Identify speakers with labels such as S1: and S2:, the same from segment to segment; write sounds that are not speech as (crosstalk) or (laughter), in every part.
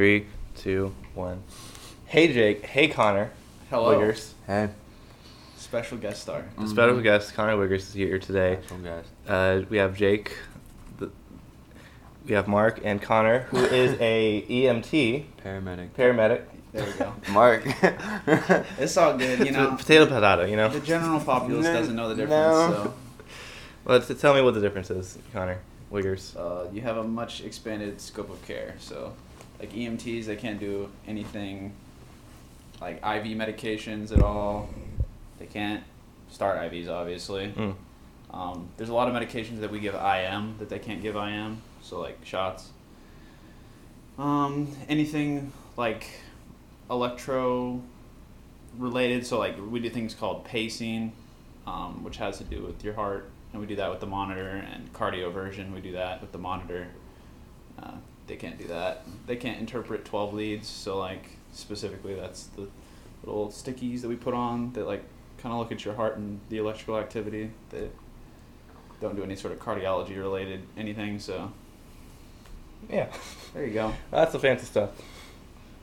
S1: Three, two, one. Hey Jake. Hey Connor.
S2: Hello.
S1: Wiggers.
S3: Hey,
S2: Special guest star.
S1: The special guest Connor Wiggers is here today.
S3: that's all, guys.
S1: Uh, we have Jake. The, we have Mark and Connor, who is
S2: (laughs)
S1: a EMT
S3: Paramedic.
S1: paramedic.
S2: There we
S1: (laughs)
S2: go.
S3: (laughs) Mark.
S2: (laughs) It's all good, you know.
S1: potato potato. You know.
S2: The general populace
S3: No,
S2: doesn't know the difference,
S3: no.
S1: Well, t- tell me what the difference is, Connor Wiggers.
S2: so uh, you have a much expanded scope of care. So, like EMTs, they can't do anything like IV medications at all. They can't start IVs, obviously.
S1: Mm.
S2: Um, there's a lot of medications that we give IM that they can't give IM, so like shots. Um, anything like electro related, so like we do things called pacing, um, which has to do with your heart, and we do that with the monitor, and cardioversion, we do that with the monitor. Uh, they can't do that. They can't interpret 12 leads, so like specifically that's the little stickies that we put on that like kind of look at your heart and the electrical activity that don't do any sort of cardiology related anything so
S1: Yeah.
S2: there you go
S1: That's the fancy stuff.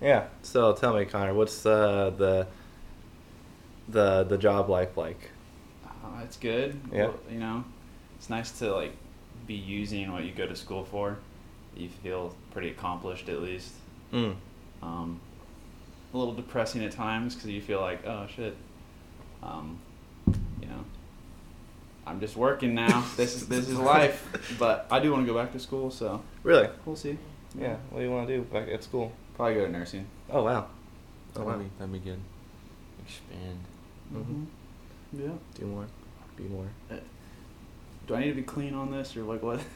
S1: Yeah. So tell me, Connor, what's uh, the the the job life like?
S2: uh, it's good
S1: Yeah.
S2: Well, you know it's nice to like be using what you go to school for you feel pretty accomplished at least
S1: Mm.
S2: um, a little depressing at times because you feel like oh shit um, you know i'm just
S1: (laughs)
S2: working now this is this is life but i do want to go back to school so
S1: Really?
S2: we'll see
S1: Yeah. What do you want to do back at school?
S2: probably go to nursing
S1: Oh wow. Oh wow.
S3: That'd be, that'd be good. Expand.
S1: Mhm.
S2: Mm-hmm. yeah
S1: Do more. Be more.
S2: do i need to be clean on this or like what
S1: (laughs)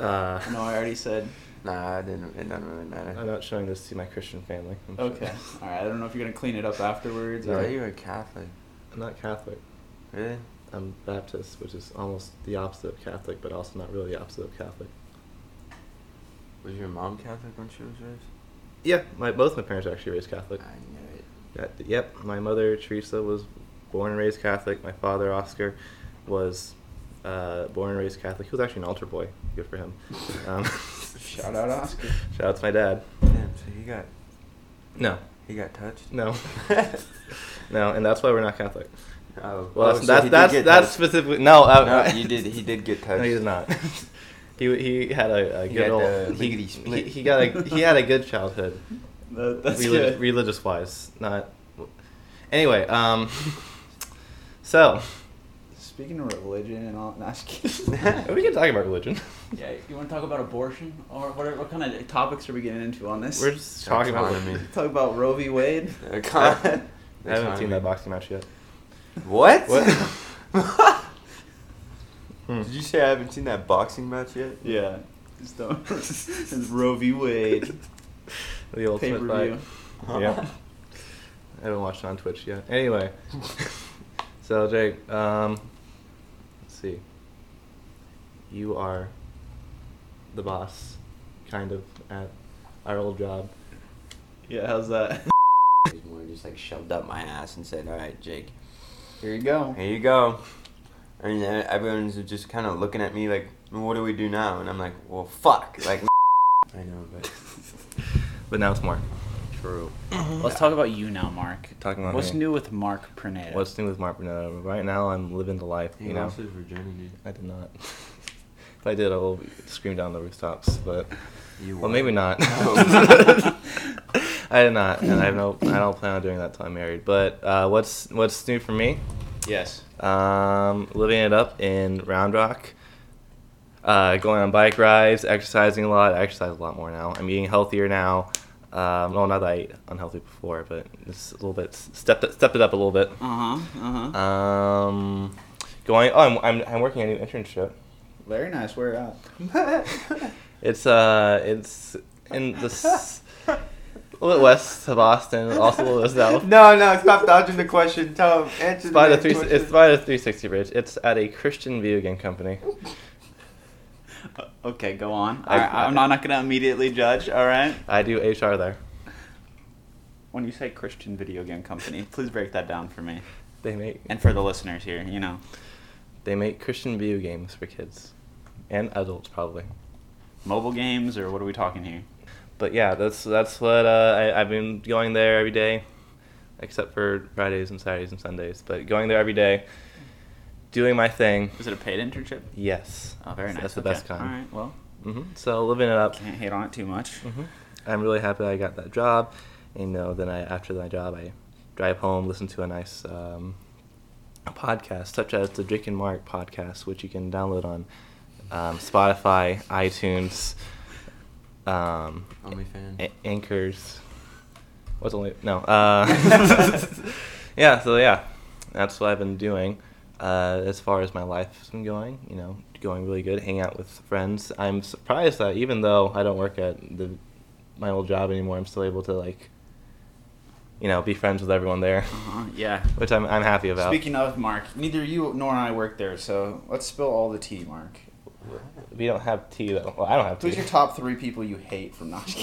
S1: Uh,
S2: (laughs) no i already said
S3: Nah, it didn't. It doesn't really
S1: I'm
S3: matter.
S1: not showing this to my Christian family. I'm sure.
S2: Okay. All right. I don't know if you're gonna clean it up afterwards.
S3: So
S1: No.
S2: Or...
S3: you were Catholic,
S1: (laughs) I'm not Catholic.
S3: really?
S1: I'm Baptist, which is almost the opposite of Catholic, but also not really the opposite of Catholic.
S3: Was your mom Catholic when she was raised?
S1: Yeah, my both my parents are actually raised Catholic.
S3: I knew it.
S1: Yeah, th- yep, my mother Teresa was born and raised Catholic. My father Oscar was uh, born and raised Catholic. He was actually an altar boy. Good for (laughs) him. Um,
S2: Shout out Oscar.
S1: (laughs) shout out to my dad.
S3: Damn. So he got
S1: No,
S3: he got touched. (laughs)
S1: no, no, and that's why we're not Catholic.
S3: Oh.
S1: Well,
S3: oh,
S1: that's
S3: so he
S1: that's
S3: did
S1: that's,
S3: get
S1: that's
S3: touched.
S1: specifically no. Uh,
S3: No, you did. He did get touched.
S1: (laughs) No, he did not. He he had a, a
S3: He
S1: good
S3: got the
S1: old he,
S3: lickety
S1: he,
S3: split.
S1: he got a he had a good
S3: (laughs)
S1: childhood,
S2: That- that's
S1: Reli-
S2: good.
S1: religious wise. Not anyway. Um, (laughs) so
S2: Speaking of religion and all, (laughs) no, I'm
S1: (laughs)
S2: just kidding.
S1: we can talk about religion.
S2: (laughs) yeah. You want to talk about abortion or what? Are, what kind of topics are we getting into on this?
S1: We're just talking about.
S3: Autonomy.
S2: talk about Roe
S1: (laughs)
S2: v. Wade.
S3: Uh, con-
S1: I
S2: (laughs)
S1: haven't seen
S3: economy.
S1: that boxing match yet.
S3: What? (laughs)
S1: What? Hmm.
S3: Did you say I haven't seen that boxing match yet?
S2: Yeah. Just don't. (laughs) it's Roe v. Wade.
S1: (laughs) The old
S2: Pay
S1: Smith
S2: per view.
S1: fight.
S3: (laughs)
S1: Yeah. (laughs) I haven't watched it on Twitch yet. Anyway, (laughs) so Jake, um, let's see. You are the boss, kind of, at our old job.
S2: Yeah. How's that?
S3: It was more just like shoved up my ass and said, "All right, Jake,
S2: Here you go.
S3: here you go." And then everyone's just kind of looking at me like, "Well, "What do we do now?" And I'm like, "Well, fuck!" Like, (laughs) I know, but (laughs)
S1: But now it's Mark.
S2: True. Let's talk about you now, Mark.
S1: Talking about
S2: What's
S1: me.
S2: new with Mark Pernada? (laughs)
S1: What's new with Mark Bernardo? Right now, I'm living the life. You know,
S3: his virginity.
S1: I did not. (laughs) if I did, I will scream down the rooftops. But
S3: You
S1: well, maybe
S2: (laughs)
S1: not. (laughs)
S3: No.
S1: I did not, and I have no. I don't plan on doing that till I'm married. But uh, what's what's new for me?
S2: Yes.
S1: Um, living it up in Round Rock. Uh, going on bike rides, exercising a lot. I exercise a lot more now. I'm eating healthier now. Um, well, not that I ate unhealthy before, but just a little bit stepped it, stepped it up a little bit.
S2: Uh huh. Uh huh.
S1: Um, going. Oh, I'm, I'm I'm working a new internship.
S2: Very nice. Where at?
S1: It's uh, it's (laughs) in the s- a little west of Boston, also a little south.
S3: No, no, stop dodging the question. Tell him (laughs) answer
S1: It's by the
S3: damn
S1: three.
S3: question.
S1: It's by the 360 bridge. It's at a Christian video game company.
S2: Uh, Okay, go on.
S1: I-
S2: All right, I'm not, not going to immediately judge, all right?
S1: I do HR there.
S2: When you say Christian video game (laughs) company, please break that down for me.
S1: They make
S2: And for the listeners here, you know,
S1: they make Christian video games for kids and adults probably.
S2: mobile games or what are we talking here?
S1: But yeah, that's that's what uh, I, I've been going there every day, except for Fridays and Saturdays and Sundays. But going there every day, doing my thing.
S2: Is it a paid internship?
S1: Yes.
S2: Oh, very
S1: So
S2: nice.
S1: That's the
S2: Okay.
S1: best kind.
S2: All right. Well,
S1: hmm So living it up.
S2: can't hate on it too much.
S1: hmm I'm really happy I got that job. You know, then I after my job, I drive home, listen to a nice um, podcast, such as the Drake and Mark podcast, which you can download on um, Spotify, iTunes, um,
S3: OnlyFans.
S1: a- Anchors. What's only no? Uh, (laughs) yeah. So yeah, that's what I've been doing. Uh, as far as my life's been going, you know, going really good. Hang out with friends. I'm surprised that even though I don't work at the my old job anymore, I'm still able to like, you know, be friends with everyone there,
S2: (laughs)
S1: (laughs)
S2: Uh-huh, yeah.
S1: which I'm I'm happy about.
S2: Speaking of Mark, neither you nor I work there, so let's spill all the tea, Mark.
S1: we don't have tea though. Well, I don't have tea.
S2: Who's
S1: (laughs)
S2: your top three people you hate from Knox?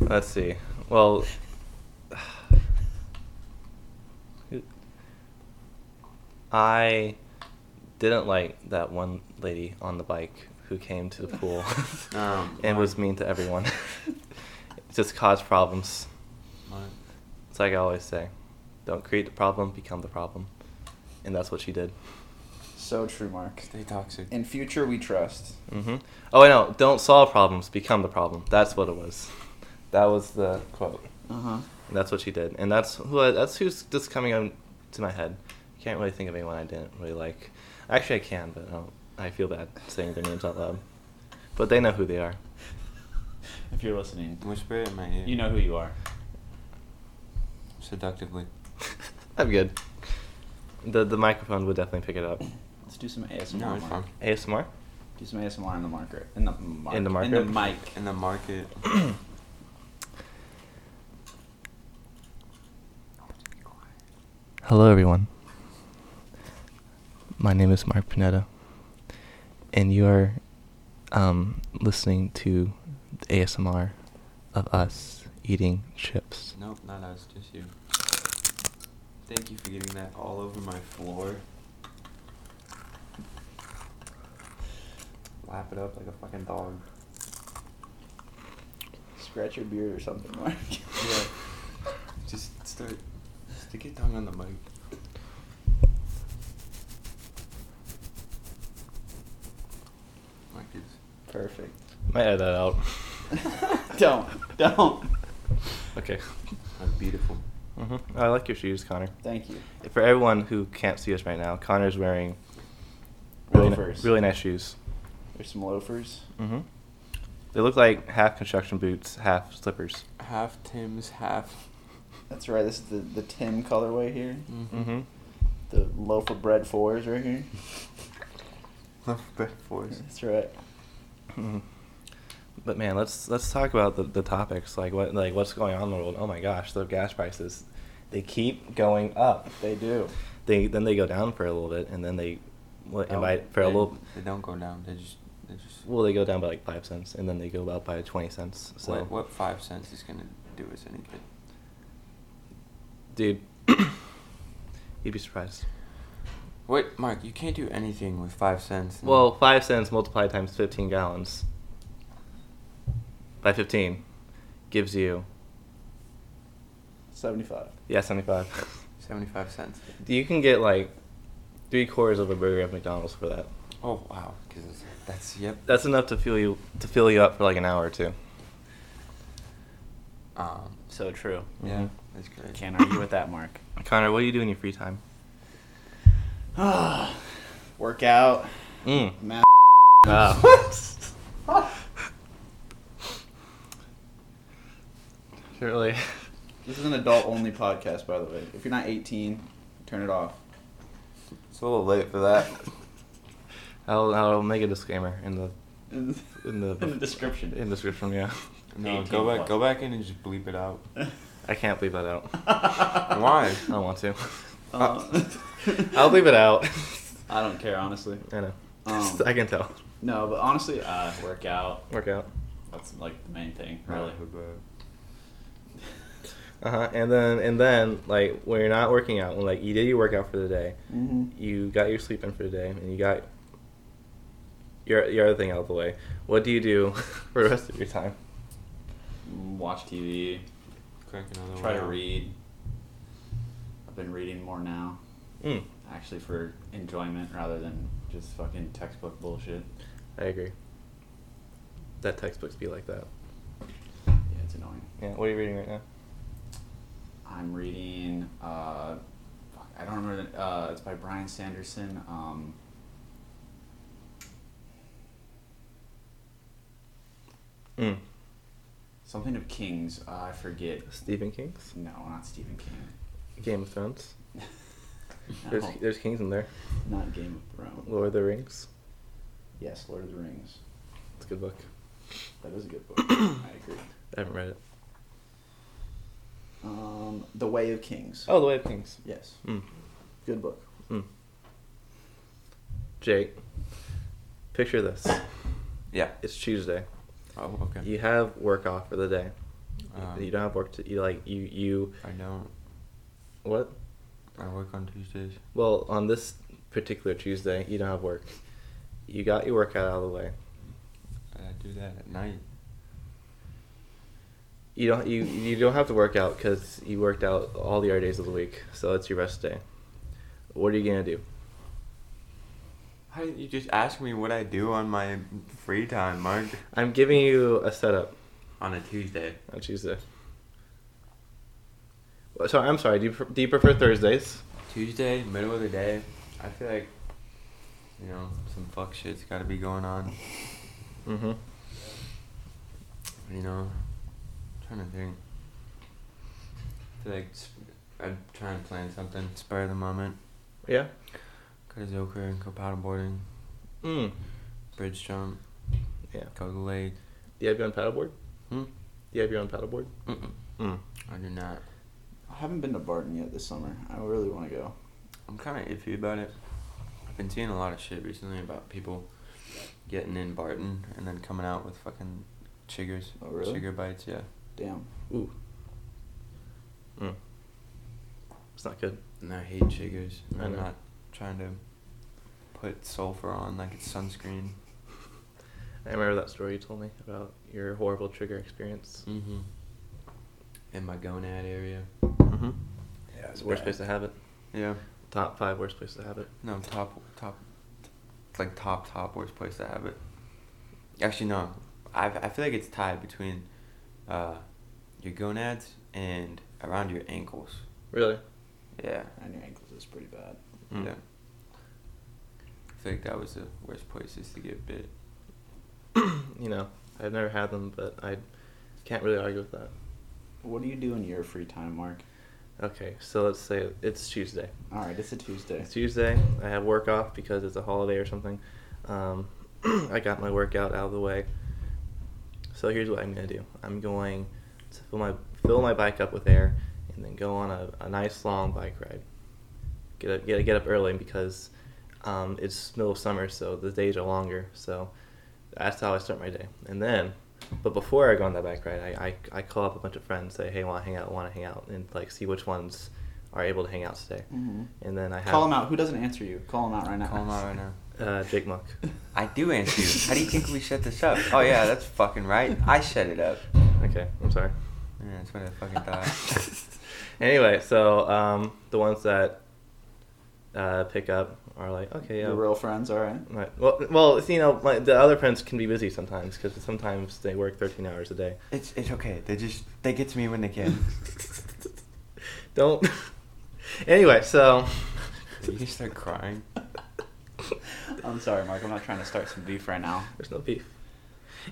S1: Let's see. Well, I didn't like that one lady on the bike who came to the
S2: (laughs)
S1: pool
S3: Um,
S1: and was mean to everyone. (laughs) It Just caused problems.
S3: Mine.
S1: It's like I always say don't create the problem, become the problem. And that's what she did.
S2: so true, Mark.
S3: Stay toxic.
S2: In future, we trust.
S1: hmm Oh, I know. Don't solve problems, become the problem. That's what it was. That was the quote.
S2: Uh huh.
S1: And that's what she did, and that's who I, that's who's just coming on to my head. I can't really think of anyone I didn't really like. Actually, I can, but I, don't, I feel bad saying their names out loud. But they know who they are. (laughs)
S2: If you're listening,
S3: Whisper it in my ear.
S2: you know who you are.
S3: Seductively.
S1: I'm good. The the microphone would definitely pick it up.
S2: Let's do some ASMR.
S3: No, it's
S2: Mark.
S3: fine.
S1: ASMR.
S2: Do some ASMR in the marker. In the mark.
S1: In the
S2: In the
S1: market?
S2: mic.
S3: In the market.
S1: Hello, everyone. My name is Mark Panetta, and you are um, listening to the ASMR of us eating chips.
S3: nope, not us, just you. Thank you for getting that all over my floor. Lap it up like a fucking dog.
S2: Scratch your beard or something, Mark.
S3: Yeah. Just start. Stick your tongue on the mic. Like
S2: (laughs)
S3: it's
S2: Perfect. (laughs)
S1: Might edit that out.
S2: don't. Don't.
S1: Okay.
S3: I'm beautiful.
S1: hmm I like your shoes, Connor.
S2: Thank you.
S1: For everyone who can't see us right now, Connor's wearing really, ni-
S2: Loafers.
S1: really nice shoes.
S2: There's some loafers.
S1: hmm They look like half construction boots, half slippers.
S3: Half Tim's, half.
S2: That's right. This is the, the Tim colorway here.
S3: mm-hmm.
S1: hmm
S2: The loaf of bread fours right here.
S3: Left bread force.
S2: That's right.
S1: hmm But man, let's let's talk about the, the topics like what like what's going on in the world. Oh my gosh, the gas prices, they keep going up.
S2: They do.
S1: They then they go down for a little bit, and then they what,
S3: Oh,
S1: invite for a
S3: they-
S1: little.
S3: They don't go down. They just. They just.
S1: Well, they go down by like five cents, and then they go up by twenty cents. So
S3: what, what five cents is gonna do us any good?
S1: dude (coughs) you'd be surprised
S3: What, Mark? You can't do anything with five cents.
S1: well five cents multiplied times 15 gallons by 15 gives you
S2: 75.
S1: yeah 75
S3: Seventy-five cents.
S1: (laughs) you can get like three quarters of a burger at mcdonald's for that
S3: Oh wow, because that's yep.
S1: that's enough to fill you to fill you up for like an hour or two
S3: Um.
S2: So true.
S3: Yeah,
S1: Mhm.
S3: that's great.
S2: Can't argue with that, Mark. (sighs)
S1: connor what do you do in your free time
S2: Workout.
S1: mm.
S2: Math. (laughs)
S1: Ah. really
S2: This is an adult only podcast, by the way. If you're not 18, turn it off.
S3: It's a little late for that.
S2: (laughs)
S1: I'll, I'll make a disclaimer in the
S2: (laughs) In
S1: in the
S2: the description.
S1: in the description yeah
S3: No,
S2: 18
S3: go back,
S2: plus.
S3: go back in and just bleep it out.
S1: i can't leave that out
S3: Why?
S1: I don't want to.
S2: Uh,
S1: I'll leave it out.
S2: I don't care, honestly.
S1: I know.
S2: Um,
S1: (laughs) I can tell.
S2: No, but honestly, uh, workout.
S1: Work out.
S2: That's like the main thing, really.
S1: Uh huh. And then and then like when you're not working out, when like you did your workout for the day,
S2: Mm-hmm.
S1: you got your sleep in for the day, and you got (laughs) your your other thing out of the way. What do you do for the rest of your time?
S2: Mm-hmm. watch TV,
S3: Crack
S1: Oh,
S3: another
S2: try to
S3: one.
S2: read. I've been reading more now,
S1: Mm,
S2: actually for enjoyment rather than just fucking textbook bullshit.
S1: I agree. That textbooks be like that.
S2: Yeah, it's annoying.
S1: Yeah. What are you reading right now?
S2: I'm reading. Uh, fuck, I don't remember. The, uh, it's by Brian Sanderson. Um,
S1: Mm.
S2: something of Kings. Uh, I forget.
S1: Stephen King's
S2: No, not
S1: (laughs)
S2: Stephen King.
S1: Game of Thrones. There's
S2: No,
S1: there's kings in there.
S2: not Game of Thrones.
S1: Lord of the Rings.
S2: Yes, Lord of the Rings.
S1: It's a good book.
S2: That is a good
S1: (coughs)
S2: book. I agree.
S1: I haven't read it.
S2: Um, the Way of Kings.
S1: Oh, The Way of Kings.
S2: Yes,
S1: Mm.
S2: good book.
S1: Mm. Jake, picture this.
S3: Yeah.
S1: It's Tuesday.
S3: Oh, okay.
S1: You have work off for the day.
S3: Um,
S1: you don't have work to you like you you
S3: I don't.
S1: what?
S3: I work on Tuesdays.
S1: Well, on this particular Tuesday, you don't have work. You got your workout out of the way.
S3: I do that at night.
S1: You don't you you don't have to work out because you worked out all the other days of the week, so it's your rest day. What are you gonna do?
S3: How you just ask me what I do on my free time, Mark?
S1: I'm giving you a setup
S3: On a Tuesday.
S1: on Tuesday. Well, Sorry, I'm sorry. Do you, pre- do you prefer Thursdays?
S3: Tuesday, middle of the day. I feel like, you know, some fuck shit's got to be going on.
S1: Mm-hmm.
S3: You know, I'm trying to think. I feel like sp- I'd try and plan something spur of the moment.
S1: Yeah.
S3: Go to Zilker, go paddleboarding,
S1: Mm.
S3: bridge jump,
S1: Yeah.
S3: go to the lake.
S1: Do you have your own paddleboard?
S3: Hmm?
S1: Do you have your own paddleboard?
S3: Mm-mm.
S1: Mm.
S3: I do not.
S2: I haven't been to Barton yet this summer. I really want to go.
S3: I'm kind of iffy about it. I've been seeing a lot of shit recently about people getting in Barton and then coming out with fucking chiggers.
S2: Oh, really?
S3: Chigger bites, yeah.
S2: Damn.
S1: Ooh. Mm. It's not good.
S3: And I hate chiggers.
S1: I
S3: I'm
S1: know.
S3: not trying to put sulfur on like it's sunscreen.
S1: I remember that story you told me about your horrible trigger experience.
S3: Mm-hmm. In my gonad area.
S1: Mm-hmm.
S2: Yeah,
S1: It's the worst place to have it.
S3: Yeah.
S1: Top five worst place to have it.
S3: No, top, top, like top, top worst place to have it. Actually, no. I, I feel like it's tied between uh, your gonads and around your ankles.
S1: Really?
S3: Yeah.
S2: And your ankles is pretty bad.
S1: Mm.
S3: Yeah. I feel like that was the worst places to get bit.
S1: (clears throat) You know, I've never had them, but I can't really argue with that.
S2: What do you do in your free time, Mark?
S1: Okay, so let's say it's Tuesday.
S2: All right, it's a Tuesday.
S1: It's Tuesday. I have work off because it's a holiday or something. Um, (clears throat) I got my workout out of the way. So here's what I'm gonna do. I'm going to fill my fill my bike up with air, and then go on a, a nice long bike ride. Get up, get get up early because um, it's middle of summer, so the days are longer. So that's how I start my day. And then, but before I go on that bike ride, I I, I call up a bunch of friends, say, hey, want to hang out, want to hang out, and like see which ones are able to hang out today.
S2: Mhm.
S1: And then I have
S2: Call him out. Who doesn't answer you? Call him out right now.
S3: Call 'em out
S2: (laughs)
S3: right now.
S1: Uh, Jake Monk. (laughs)
S3: I do answer you. How do you think we set this up? Oh yeah, that's fucking right. I set it up.
S1: Okay, I'm
S2: (laughs)
S1: sorry.
S3: Yeah, that's what I fucking thought. (laughs)
S1: Anyway, so um, the ones that uh, pick up are like, okay, yeah.
S2: Your real friends, all right.
S1: Right. Well, well, you know, like, the other friends can be busy sometimes because sometimes they work 13 hours a
S2: (laughs)
S1: day.
S3: It's it's okay. They just they get to me when they can.
S1: Don't. anyway,
S2: (laughs)
S1: so.
S3: Did you just
S1: (laughs)
S3: start crying?
S2: (laughs) I'm sorry, Mark. I'm not trying to start some beef right now.
S1: There's no beef.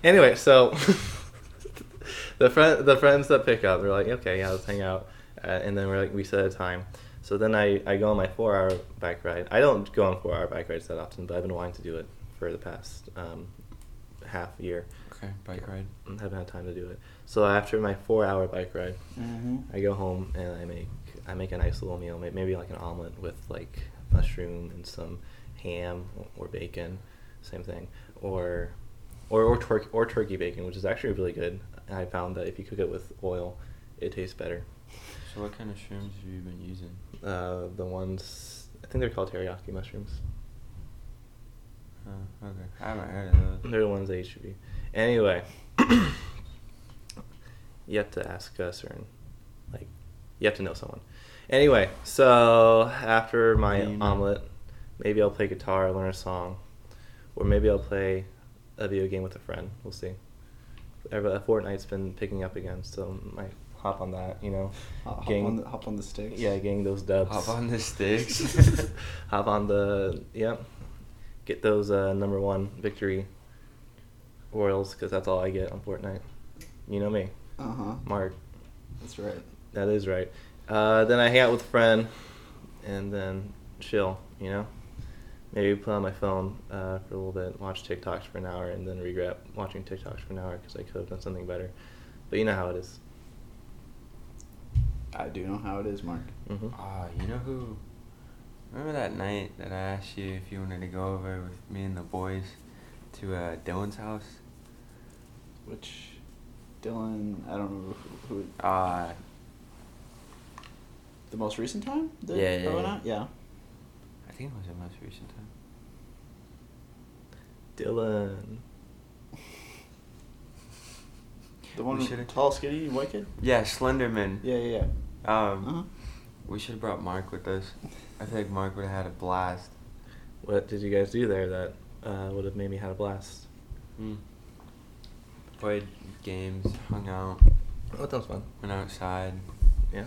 S1: Anyway, so (laughs) the friend, the friends that pick up, they're like, okay, yeah, let's hang out, uh, and then we're like, we set a time. So then I, I go on my four hour bike ride. I don't go on four hour bike rides that often, but I've been wanting to do it for the past um, half year.
S3: Okay, bike ride.
S1: I haven't had time to do it. So after my four hour bike ride,
S2: Mm-hmm.
S1: I go home and I make I make a nice little meal, may- maybe like an omelet with like mushroom and some ham or bacon, same thing, or or or, tur- or turkey bacon, which is actually really good. I found that if you cook it with oil, it tastes better.
S3: So what kind of shrooms have you been using?
S1: Uh, the ones I think they're called teriyaki mushrooms.
S3: Oh, okay. I haven't heard of
S1: (coughs)
S3: those.
S1: They're the ones they should be. Anyway, You have to ask a certain, like, you have to know someone. Anyway, so after my
S3: Do you know?
S1: omelet, maybe I'll play guitar, learn a song, or maybe I'll play a video game with a friend. We'll see. Ever- Fortnite's been picking up again, so might hop on that. You know,
S2: Hop, hop
S1: Gang-
S2: on the, hop on the sticks.
S1: yeah, getting those dubs.
S3: Hop on the sticks.
S1: (laughs)
S3: (laughs)
S1: Hop on the yep. Get those uh, number one victory Royals because that's all I get on Fortnite. You know me,
S2: Uh huh.
S1: Mark.
S2: That's right.
S1: That is right. Uh, then I hang out with a friend, and then chill. You know, maybe put on my phone uh, for a little bit, watch TikToks for an hour, and then regret watching TikToks for an hour because I could have done something better. But you know how it is.
S2: I do know how it is, Mark.
S1: Mm-hmm.
S3: Ah, you know who? Remember that night that I asked you if you wanted to go over with me and the boys to uh, Dylan's house?
S2: Which Dylan, I don't remember who, who
S3: Ah,
S2: the most recent time. that
S3: Yeah, yeah,
S2: I went
S3: yeah.
S2: out? yeah.
S3: I think it was the most recent time.
S1: Dylan.
S2: The one
S3: We
S2: with
S3: shoulda-
S2: tall, skinny, white kid.
S3: Yeah, Slenderman.
S1: Mm-hmm.
S2: Yeah, yeah, yeah.
S3: Um,
S2: Uh-huh.
S3: we should have brought Mark with us. I feel like Mark would have had a blast.
S1: What did you guys do there that uh, would have made me had a blast?
S3: Played games, hung out,
S1: Oh, that sounds fun.
S3: went outside.
S1: Yeah.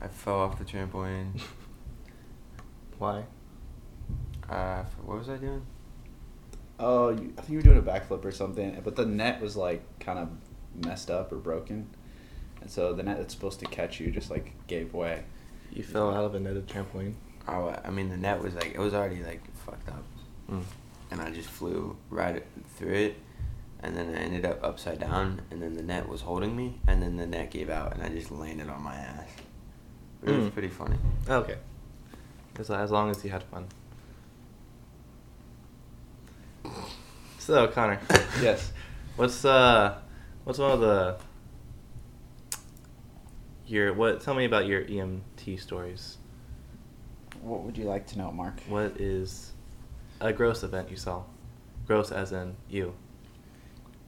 S3: I fell off the trampoline.
S1: Why?
S3: Uh, f- what was I doing?
S2: Oh, you, I think you were doing a backflip or something, but the net was like kind of messed up or broken, and so the net that's supposed to catch you just like gave way.
S1: You fell out of a netted trampoline.
S3: Oh, I- I mean the net was like it was already like fucked up, and I just flew right through it, and then I ended up upside down, and then the net was holding me, and then the net gave out, and I just landed on my ass. It was
S1: Mm.
S3: pretty funny.
S1: Okay. As, as long as you had fun. So Connor,
S2: Yes.
S1: what's uh, what's one of the your what? Tell me about your EMT stories.
S2: What would you like to know, Mark?
S1: What is a gross event you saw? Gross as in you.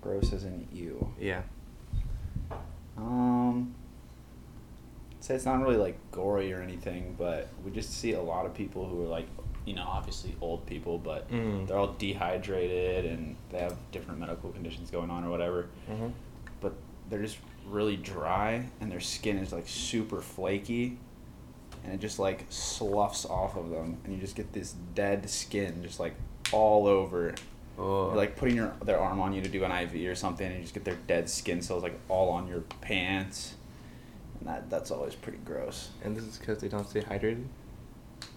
S2: Gross as in you.
S1: Yeah.
S2: Um, I'd say it's not really like gory or anything, but we just see a lot of people who are like, you know, obviously old people, but
S1: Mm.
S2: they're all dehydrated and they have different medical conditions going on or whatever.
S1: Mm-hmm.
S2: But they're just really dry and their skin is like super flaky and it just like sloughs off of them and you just get this dead skin just like all over
S3: Oh,
S2: or, like putting your their arm on you to do an IV or something, and you just get their dead skin cells like all on your pants, and that that's always pretty gross.
S1: And this is because they don't stay hydrated.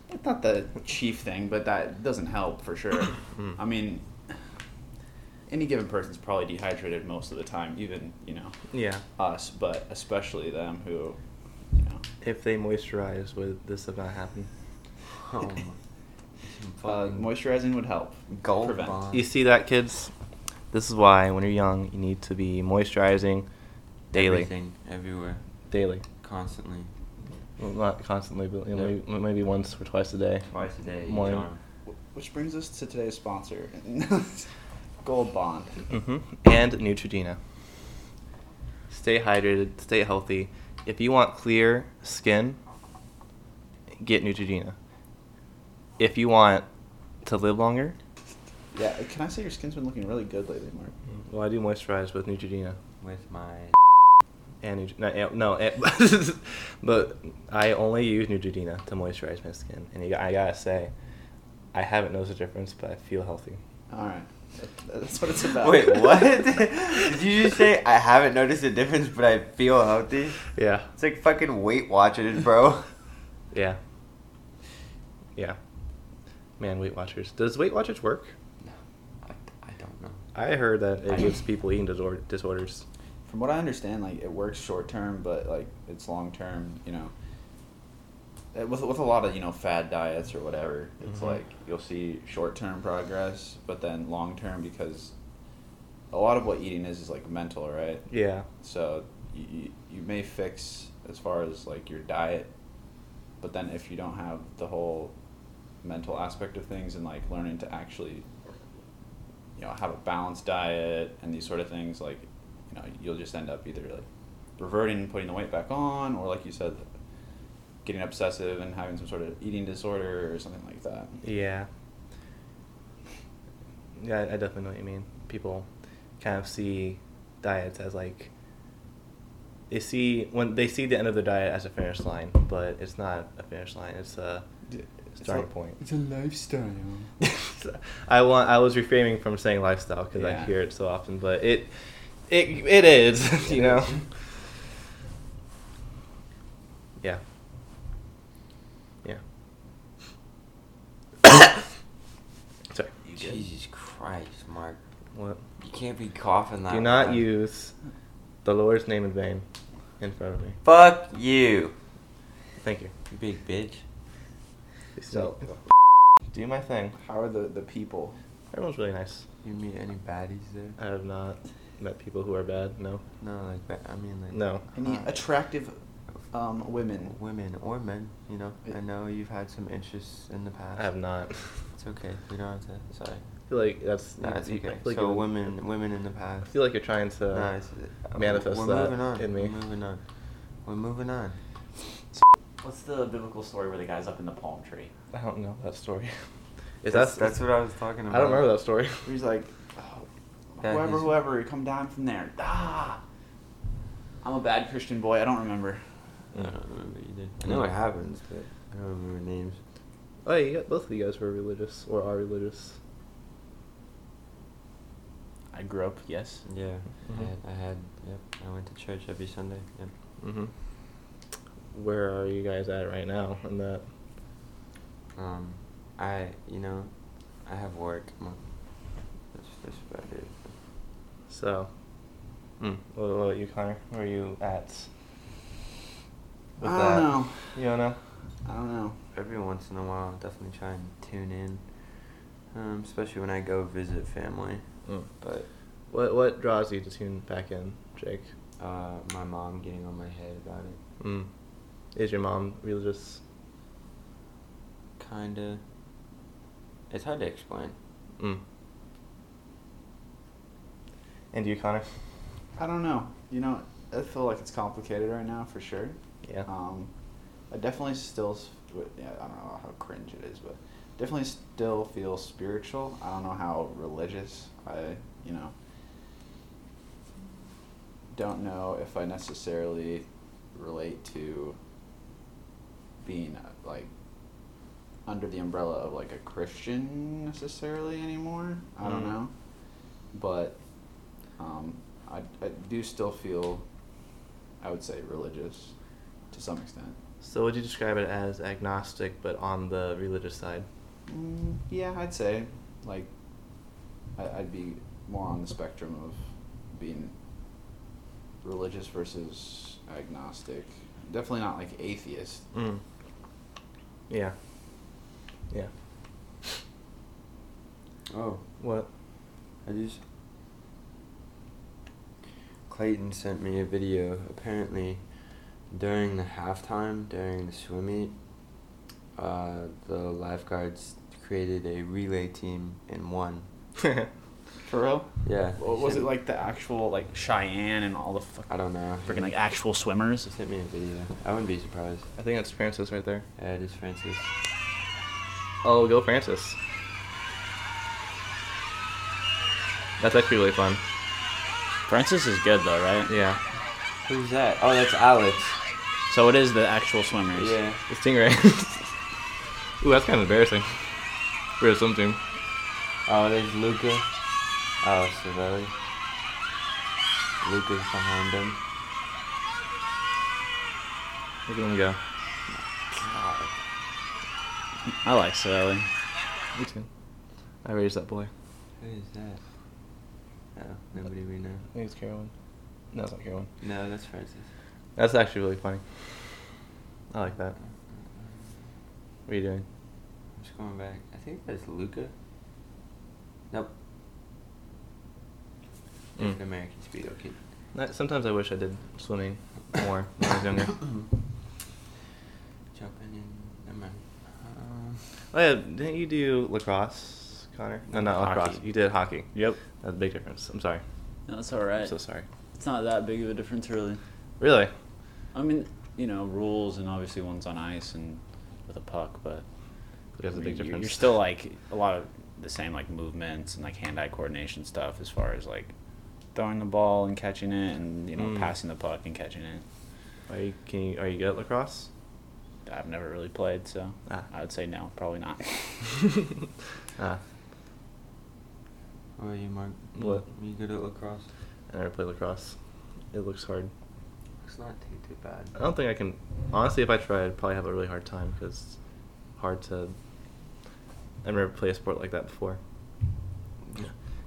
S2: That's not the chief thing, but that doesn't help for
S3: (coughs)
S2: sure.
S3: Hmm.
S2: I mean, any given person's probably dehydrated most of the time, even you know
S1: Yeah.
S2: us, but especially them who, you know,
S1: If they moisturize, would this have not happened?
S2: (laughs)
S3: Oh, my- some
S2: uh,
S3: fucking-
S2: moisturizing would help
S3: Gold
S2: prevent.
S3: bond.
S1: You see that, kids? This is why when you're young, you need to be moisturizing daily.
S3: Everything, everywhere,
S1: Daily.
S3: constantly,
S1: Well, not constantly, but you know,
S3: Yeah.
S1: maybe, maybe once or twice a day.
S3: twice a day. each
S1: Morning.
S3: arm.
S2: Wh- Which brings us to today's sponsor, (laughs) Gold Bond.
S1: hmm And Neutrogena. Stay hydrated, stay healthy. If you want clear skin, get Neutrogena. If you want to live longer,
S2: Yeah, can I say your skin's been looking really good lately, Mark?
S1: well, I do moisturize with Neutrogena. With
S3: With my
S1: (laughs) and Neut- no, eh, no eh, (laughs) but I only use Neutrogena to moisturize my skin, and you, I gotta say, I haven't noticed a difference, but I feel healthy.
S2: All right, that's
S3: (laughs)
S2: what it's about.
S3: Mm. Wait,
S2: (laughs)
S3: what? (laughs) Did you just say I haven't noticed a difference, but I feel healthy?
S1: Yeah,
S3: It's like fucking Weight
S1: (laughs)
S3: Watchers, bro.
S1: yeah, yeah. Man, Weight Watchers. Does Weight Watchers work?
S3: I, I don't know.
S1: I heard that
S3: I-
S1: it gives people eating disor- disorders.
S2: From what I understand, like it works short term, but like it's long term. You know, Uh, with with a lot of you know fad diets or whatever, it's
S3: Mm-hmm.
S1: Mhm.
S2: like you'll see short term progress, but then long term because a lot of what eating is is like mental, right?
S1: Yeah,
S2: So you, you you may fix as far as like your diet, but then if you don't have the whole mental aspect of things and like learning to actually you know have a balanced diet and these sort of things like you know you'll just end up either like reverting and putting the weight back on, or like you said, getting obsessive and having some sort of eating disorder or something like that.
S1: Yeah. Yeah, I, I definitely know what you mean. People kind of see diets as like they see when they see the end of their diet as a finish line, but it's not a finish line. It's a starting point.
S2: It's a lifestyle.
S1: I want. I was reframing from saying lifestyle because I
S2: Yeah.
S1: hear it so often, but it, it, it is. (laughs) You
S2: It
S1: know.
S2: is.
S1: Yeah. Yeah. (coughs) Sorry.
S3: Jesus Christ, Mark.
S1: What?
S3: You can't be coughing that
S1: Do not
S3: loud.
S1: use the Lord's name in vain in front of me.
S3: Fuck you.
S1: Thank you.
S3: You big bitch.
S1: So, do my thing.
S2: how are the, the people?
S1: Everyone's really nice.
S3: You meet any baddies there?
S1: I have not met people who are bad. No.
S3: No, like ba- I mean like
S1: No.
S2: Any
S3: hot
S2: attractive um, women?
S3: women or men. You know,
S2: It-
S3: I know you've had some interests in the past.
S1: I have not.
S3: It's okay. You don't have to. Sorry.
S1: I feel like that's.
S3: No, it's
S1: you- I
S3: okay.
S1: feel like
S3: so
S1: you're-
S3: women, women in the
S1: I
S3: past.
S1: feel like you're trying to.
S3: No, it's- uh,
S1: manifest
S3: we're
S1: that
S3: moving on.
S1: in me.
S3: We're moving on. We're moving on.
S4: What's the biblical story where the guy's up in the palm tree?
S1: I don't know that story. (laughs) Is
S3: that's,
S1: that-
S3: that's what I was talking
S1: I
S3: about.
S1: don't remember that
S3: (laughs)
S1: story.
S2: Where he's like, oh,
S3: That
S2: whoever,
S3: is-
S2: whoever, come down from there. Ah, I'm a bad Christian boy. I don't remember.
S3: I don't remember either. I know it happens, but I don't remember names.
S1: Oh, yeah, you got, both of you guys were religious or are religious.
S2: I grew up. Yes.
S3: Yeah, I,
S1: Mhm.
S3: had, I had. Yep, I went to church every Sunday. Yep.
S1: Mm-hmm. Where are you guys at right now in that?
S3: Um, I you know, I have work. I'm a- That's that's about it.
S1: So,
S3: Hmm.
S1: mm. what, what about you, Connor? Where are you at? with
S2: I
S1: that?
S2: don't know.
S1: You don't know?
S2: I don't know.
S3: Every once in a while, I'll definitely try and tune in. Um, especially when I go visit family.
S1: Mm.
S3: But
S1: What what draws you to tune back in, Jake?
S3: uh, my mom getting on my head about it.
S1: Mm. Is your mom religious?
S3: Kinda. It's hard to explain.
S1: Mm. And you, Connor?
S2: I don't know. You know, I feel like it's complicated right now for sure.
S1: Yeah.
S2: Um, I definitely still, s- w- yeah, I don't know how cringe it is, but definitely still feel spiritual. I don't know how religious I, you know, don't know if I necessarily relate to being uh, like under the umbrella of like a Christian necessarily anymore. I don't
S1: Mm.
S2: know, but um, I, I do still feel, I would say, religious to some extent.
S1: So would you describe it as agnostic, but on the religious side?
S2: Mm, yeah, I'd say like I, I'd be more on the spectrum of being religious versus agnostic. Definitely not like atheist.
S1: Mm. Yeah. Yeah.
S3: Oh,
S1: What? (laughs)
S3: I just. Clayton sent me a video. Apparently, during the halftime, during the swim meet, uh, the lifeguards created a relay team and won.
S2: For real?
S3: Yeah.
S2: Or
S3: he
S2: was it
S3: sent-
S2: like the actual like Cheyenne and all the fucking
S3: I don't know.
S4: Freaking like actual swimmers.
S3: He sent me a video. I wouldn't be surprised.
S1: I think that's Francis right there.
S3: Yeah, it is Francis.
S1: Oh, go Francis. That's actually really fun.
S4: Francis is good though, right?
S1: Yeah.
S3: Who's that? Oh, that's Alex.
S4: So it is the actual swimmers.
S3: Yeah.
S1: The Stingray. (laughs) Ooh, that's kind of embarrassing. For a swim team.
S3: Oh, there's Luca. Oh, Savelli. Luca's behind him.
S1: Look at them go.
S3: God.
S4: I like Savali.
S1: Me too. I raised that boy.
S3: Who is that? Oh, nobody we know.
S1: I think it's Carolyn. No, it's not Carolyn.
S3: No, that's Francis.
S1: That's actually really funny. I like that.
S3: Mm-hmm.
S1: What are you doing?
S3: I'm just going back. I think that's Luca. Nope.
S1: Mm.
S3: An American speed, okay.
S1: That- Sometimes I wish I did (coughs) swimming more when I was younger.
S3: Jumping in. Never mind. Um,
S1: (coughs) Oh yeah, didn't you do lacrosse, Connor? No, not
S4: Hockey.
S1: lacrosse. You did hockey.
S4: Yep.
S1: That's a big difference. I'm sorry.
S4: That's all right.
S1: I'm so sorry.
S4: It's not that big of a difference, really.
S1: Really?
S5: I mean, you know, rules and obviously one's on ice and with a puck, but
S1: There's a
S5: I mean,
S1: big
S5: you're-
S1: difference.
S5: You're still like a lot of the same like movements and like hand-eye coordination stuff as far as like throwing the ball and catching it and you know
S1: Mm.
S5: passing the puck and catching it.
S1: Are you can you, are you good at
S2: (laughs)
S1: lacrosse?
S5: I've never really played, so
S1: Ah.
S5: I would say no,
S1: (laughs)
S5: probably not.
S1: ah,
S3: What are Oh, you, Mark?
S1: What?
S3: You good at lacrosse?
S1: I never played lacrosse. It looks hard.
S3: It's not too too bad.
S1: I don't think I can. Honestly, if I tried, I'd probably have a really hard time because it's hard to. I've never played a sport like that before.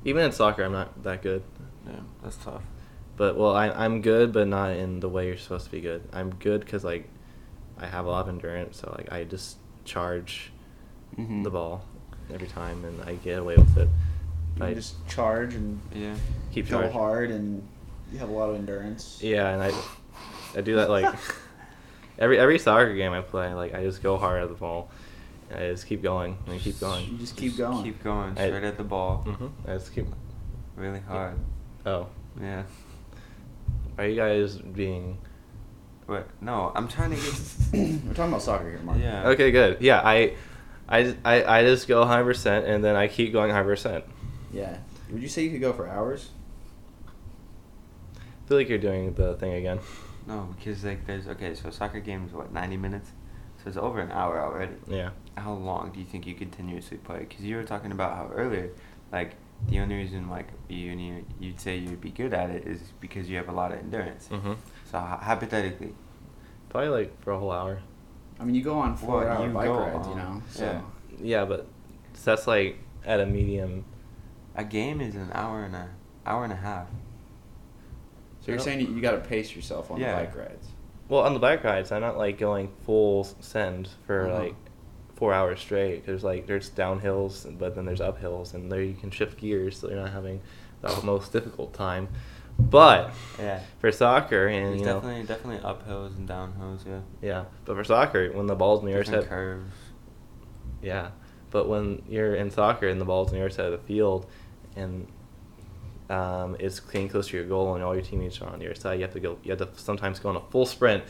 S1: Even in soccer, I'm not that good.
S3: Yeah, that's tough.
S1: But well, I, I'm good, but not in the way you're supposed to be good. I'm good because like, I have a lot of endurance, so like I just charge
S2: Mhm.
S1: the ball every time, and I get away with it.
S2: You
S1: I
S2: can just charge and
S3: Yeah.
S1: keep
S2: go
S1: charging.
S2: hard, and you have a lot of endurance.
S1: Yeah, and I, I do that
S2: (laughs)
S1: like every every soccer game I play. Like I just go hard at the ball, and I just keep going and I keep
S2: You
S1: going.
S2: just keep going.
S3: Keep going.
S1: I-
S3: Straight at the ball.
S1: hmm I just keep.
S3: Really hard.
S1: Oh,
S3: Yeah.
S1: are you guys being?
S3: But no, I'm trying to (coughs) get.
S2: (clears throat) We're talking about soccer here, Mark.
S3: Yeah.
S1: Okay, good. Yeah, I, I, just- I, I just go hundred percent, and then I keep going hundred percent.
S2: Yeah. Would you say you could go for hours?
S1: I feel like you're doing the thing again.
S3: No, because like there's okay, so soccer games what ninety minutes, so it's over an hour already.
S1: Yeah.
S3: How long do you think you continuously play? Because you were talking about how earlier, like the only reason like you and you you'd say you'd be good at it is because you have a lot of endurance.
S1: Mhm.
S3: So hy- hypothetically,
S1: Probably like for a whole hour.
S2: I mean, you go on four
S3: Well,
S2: hour
S3: you
S2: bike
S3: go
S2: rides, you
S3: on-
S2: know? So
S3: yeah.
S1: Yeah, but so that's like at a medium.
S3: a game is an hour and a hour and a half.
S2: So you're saying you, you got to pace yourself on
S3: Yeah.
S2: the bike rides.
S1: Well, on the bike rides, I'm not like going full s- send for
S3: Uh-huh.
S1: like four hours straight. There's like there's downhills, but then there's uphills, and there you can shift gears, so you're not having the most difficult time. But
S3: Yeah.
S1: for soccer, and
S3: There's
S1: you know,
S3: definitely definitely uphills and downhills. Yeah.
S1: yeah, but for soccer, when the ball's in your
S3: Different
S1: set,
S3: curves.
S1: yeah. But when you're in soccer and the ball's in your side of the field, and um, it's getting close to your goal, and all your teammates are on your side, you have to go. You have to sometimes go on a full sprint,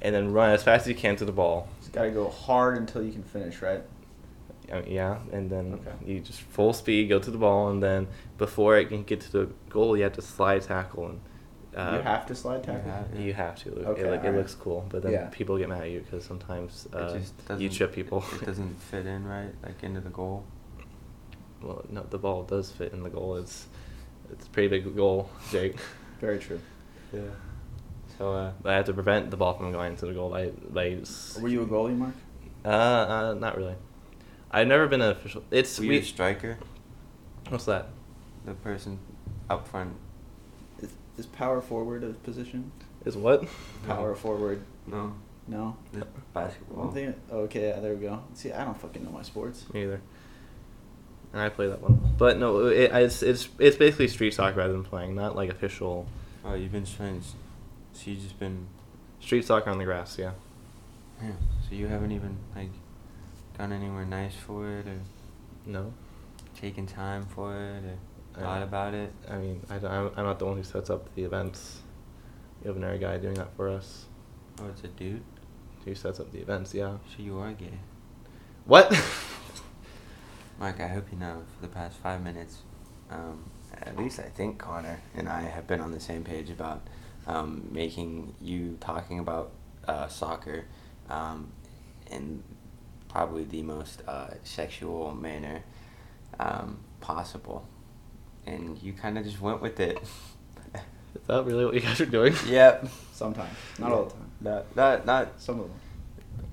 S1: and then run as fast as you can to the ball.
S2: It's got to go hard until you can finish, right?
S1: Uh, yeah, and then
S2: Okay.
S1: you just full speed go to the ball, and then before it can get to the goal, you have to slide tackle, and uh,
S2: you have to slide tackle.
S3: Yeah.
S1: you have to. It,
S2: Okay,
S1: it, look- it
S2: alright.
S1: looks cool, but then
S2: Yeah.
S1: people get mad at you because sometimes uh,
S3: it just doesn't,
S1: you trip people.
S3: It, it doesn't fit in right, like into the goal.
S1: (laughs) well, no, the ball does fit in the goal. It's it's a pretty big goal, Jake.
S2: (laughs) Very true.
S1: yeah.
S3: So uh,
S1: But I have to prevent the ball from going into the goal by by. s-
S2: Were you a goalie, Mark?
S1: Uh, uh, not really. I've never been an official. It's
S3: were you a
S1: we.
S3: striker?
S1: What's that?
S3: The person up front.
S2: Is, is power forward a position?
S1: Is what?
S2: Power forward?
S3: No.
S2: No.
S3: The
S2: I
S3: basketball.
S2: don't think- okay, yeah, there we go. See, I don't fucking know my sports.
S1: Me either. And I play that one, but no, it, it's it's it's basically street soccer rather than playing, not like official
S3: Oh, you've been trying. s- So you just been.
S1: street soccer on the grass. Yeah,
S3: Yeah. So you haven't even like gone anywhere nice for it or
S1: no,
S3: taken time for it or
S1: I-
S3: thought about it.
S1: I mean I don't- I'm, I'm not the one who sets up the events. We have another guy doing that for us.
S3: Oh, it's a dude.
S1: Who sets up the events? Yeah.
S3: So you are gay.
S1: What? (laughs)
S3: Mark, I hope you know for the past five minutes, um, at least I think Connor and I have been on the same page about um, making you talking about uh, soccer um, in probably the most uh, sexual manner um, possible. And you kind of just went with
S2: (laughs)
S3: it.
S1: Is that really what you guys are doing?
S3: (laughs) yep.
S2: Sometimes. Not all the time.
S3: Not, not, not
S2: Some of them.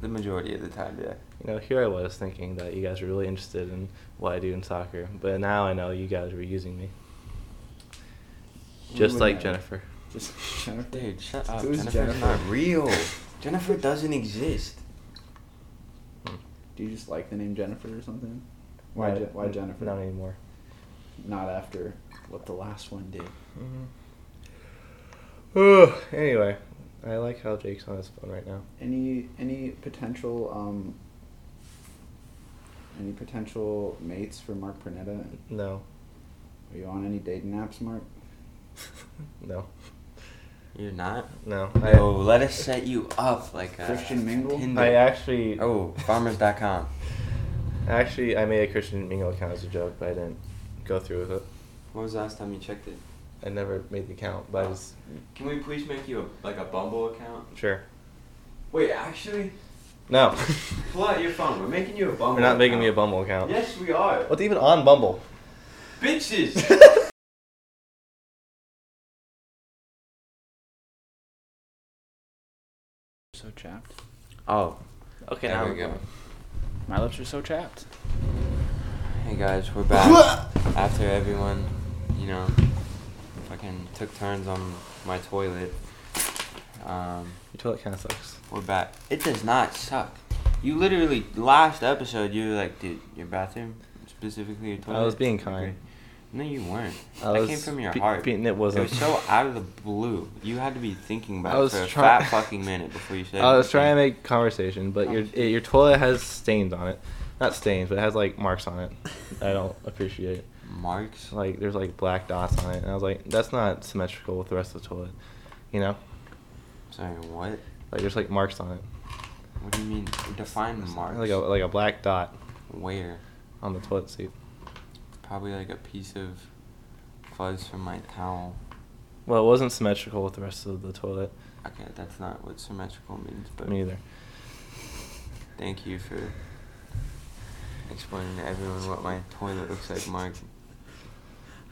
S3: the majority of the time, yeah.
S1: You know, here I was thinking that you guys were really interested in what I do in soccer, but now I know you guys were using me,
S2: We
S1: just
S2: wouldn't
S1: like
S2: have-
S1: Jennifer.
S2: Just Jennifer. (laughs)
S3: Dude, shut up.
S2: Who's
S3: Jennifer's
S2: Jennifer?
S3: not real. Jennifer doesn't exist.
S1: Hmm.
S2: Do you just like the name Jennifer or something? Why?
S1: Not-
S2: Je- why Jennifer?
S1: Not anymore.
S2: Not after what the last one did.
S1: Oh, Mm-hmm. anyway, I like how Jake's on his phone right now.
S2: Any any potential um. Any potential mates for Mark Pernetta?
S1: No, (laughs)
S2: Are you on any dating apps, Mark?
S1: no.
S3: You're not.
S1: No, I,
S3: No, let us set you up like a
S2: Christian mingle?
S3: Tinder.
S1: I actually,
S3: Oh, farmers.com.
S1: actually, I made a Christian Mingle account as a joke, but I didn't go through with it.
S3: When was the last time you checked it?
S1: I never made the account, but I was
S3: Can we please make you a, like a Bumble account?
S1: sure.
S3: Wait, actually,
S1: No,
S3: (laughs) pull out your phone. We're making you a Bumble.
S1: you're not making me a
S3: account.
S1: Bumble account.
S3: Yes, we are.
S1: What's even on Bumble? (laughs)
S3: Bitches.
S5: So chapped.
S3: oh,
S4: Okay,
S3: there
S4: now
S3: we go.
S5: My lips are so chapped.
S3: Hey guys, we're back. After everyone, you know, fucking took turns on my toilet. Um,
S1: Your toilet kind of sucks.
S3: we're back. It does not suck. You literally last episode you were like, dude, your bathroom, specifically your toilet.
S1: I was being
S3: is great."
S1: kind.
S3: No, you weren't.
S1: I
S3: that
S1: was
S3: came from your
S1: be-
S3: heart.
S1: being- it
S3: It
S1: wasn't.
S3: was so out of the blue. You had to be thinking
S1: I
S3: about it
S1: was
S3: for a
S1: try-
S3: fat fucking minute before you
S1: (laughs)
S3: said.
S1: I was trying to
S3: anything.
S1: make conversation, but your eh, your toilet has stains on it. Not stains, but it has like marks on it. I don't appreciate.
S3: marks.
S1: Like there's like black dots on it, and I was like, that's not symmetrical with the rest of the toilet, you know?
S3: Sorry, what?
S1: Like there's like marks on it,
S3: What do you mean? Define marks.
S1: like a like a black dot
S3: Where?
S1: on the toilet seat.
S3: Probably like a piece of fuzz from my towel.
S1: Well, it wasn't symmetrical with the rest of the toilet.
S3: Okay, that's not what symmetrical means, but
S1: Me either.
S3: thank you for explaining to everyone what my toilet looks like, Mark.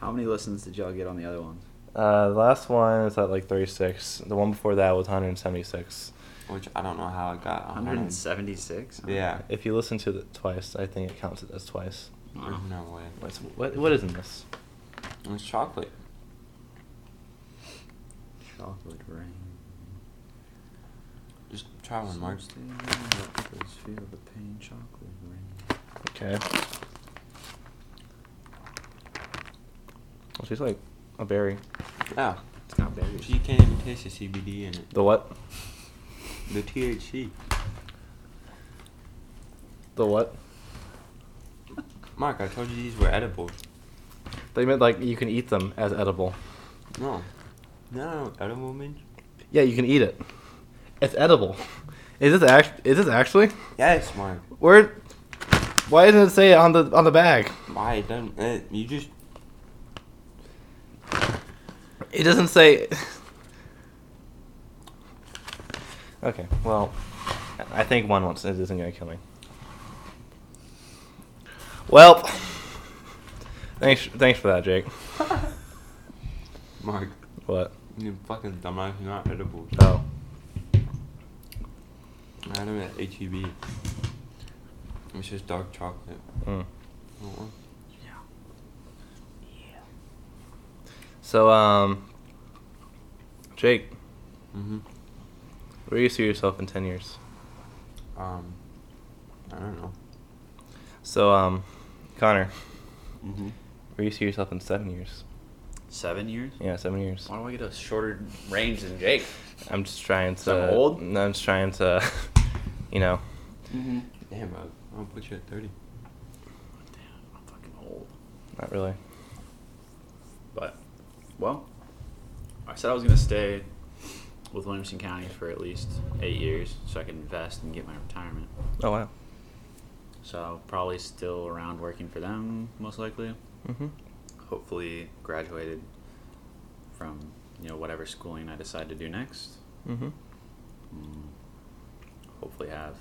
S5: How many listens did y'all get on the other one?
S1: Uh, the last one is at like 36. The one before that was 176.
S3: Which I don't know how it got.
S5: 176.
S3: Yeah.
S1: If you listen to it twice, I think it counts it as twice.
S5: Wow.
S3: No way.
S1: What's, what what is in this?
S3: It's chocolate.
S5: Chocolate rain.
S3: Just try one, Mark.
S5: feel the pain. Chocolate rain.
S1: Okay. It tastes like a berry.
S3: Oh,
S5: It's got berries.
S3: so you can't even taste the CBD in it.
S1: The what?
S3: The THC.
S1: The what?
S3: Mark, I told you these were edible.
S1: They meant like you can eat them as edible.
S3: No. No, edible means?
S1: Yeah, you can eat it. It's edible. Is this act? Is this actually?
S3: Yes, Mark.
S1: Where? Why doesn't it say it on the on the bag?
S3: Why it doesn't? It, you just
S1: It doesn't say. okay, well, I think one once it isn't gonna kill me. Well, thanks, thanks for that,
S5: (laughs)
S1: Jake.
S3: Mark.
S1: What?
S3: You fucking dumbass, you're not edible.
S1: Oh,
S3: I had them at HEB. It's just dark chocolate.
S1: mm.
S3: Oh,
S1: so um, Jake,
S3: Mhm.
S1: where do you see yourself in ten years?
S3: Um, I don't know.
S1: So um, Connor,
S5: Mm-hmm.
S1: where do you see yourself in seven years?
S5: Seven years.
S1: Yeah, seven years.
S5: Why do I get a shorter range than Jake?
S1: I'm just trying
S5: I'm
S1: to.
S5: old?
S1: No, I'm just trying to, (laughs) you know.
S2: Mm-hmm.
S3: Damn, bro. I'll put you at 30.
S5: I'm fucking old.
S1: Not really.
S5: But, well, I said I was going to stay with Williamson County for at least eight years so I could invest and get my retirement.
S1: Oh wow.
S5: So, probably still around working for them, most likely.
S1: Mm-hmm.
S5: Hopefully, graduated from, you know, whatever schooling I decide to do next.
S1: Mm-hmm.
S5: Mm, hopefully, have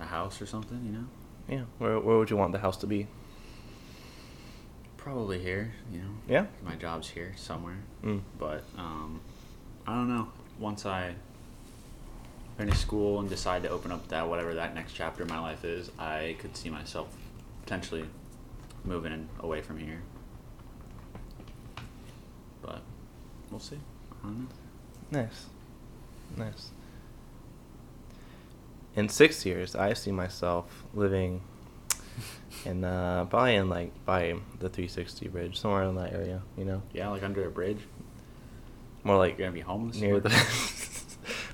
S5: a house or something, you know?
S1: Yeah. Where Where would you want the house to be?
S5: Probably here, you know?
S1: Yeah.
S5: My job's here somewhere.
S1: Mm.
S5: but um, I don't know. Once I finish school and decide to open up that whatever that next chapter in my life is, I could see myself potentially moving away from here. But we'll see. I don't know.
S1: Nice. Nice. In six years, I see myself living in uh, probably in like by the 360 bridge, somewhere in that area. You know,
S5: Yeah, like under a bridge.
S1: more
S5: Like
S1: like
S5: you're gonna be homeless.
S1: near (laughs) the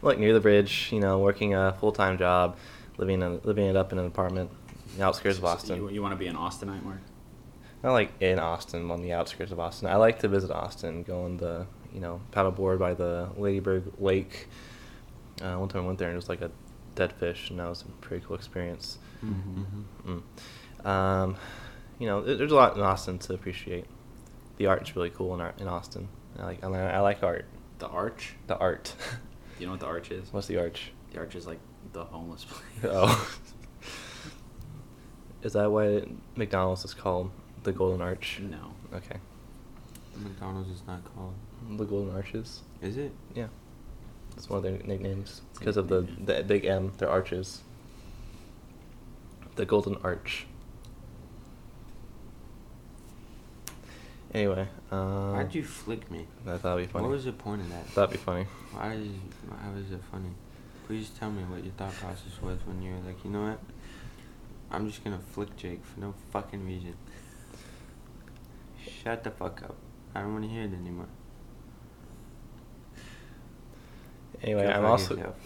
S1: like near the bridge. You know, working a full time job, living in, living it up in an apartment, in the outskirts of Austin.
S5: You, want to be an Austinite, Mark?
S1: Not like in Austin, on the outskirts of Austin. I like to visit Austin, go on the you know, paddleboard by the Ladybird Lake. Uh, one time I went there and it was like a dead fish, and that was a pretty cool experience. Mm-hmm.
S5: Mm-hmm.
S1: Mm. Um, you know, there- there's a lot in Austin to appreciate. The art is really cool in, Ar- in Austin. I like I, li- I like art.
S5: The Arch.
S1: The art.
S5: Do (laughs) you know what the Arch is?
S1: What's the
S5: (laughs)
S1: arch?
S5: The Arch is like the homeless place.
S1: (laughs) Oh. is that why McDonald's is called the Golden Arch?
S5: No.
S1: Okay.
S3: McDonald's is not called.
S1: The Golden Arches.
S3: Is it?
S1: Yeah. That's one of their nicknames
S5: It's a
S1: because of the
S5: nickname, yeah.
S1: the big M. Their arches. The Golden Arch. Anyway, um,
S3: Why'd you flick me?
S1: I thought it'd be funny.
S3: What was the point of that?
S1: That'd be funny.
S3: Why is why was it funny? Please tell me what your thought process was when you were like, you know what? I'm just gonna flick Jake for no fucking reason. Shut the fuck up. I don't wanna hear it anymore.
S1: Anyway,
S3: Go
S1: I'm
S3: fuck
S1: also
S3: yourself.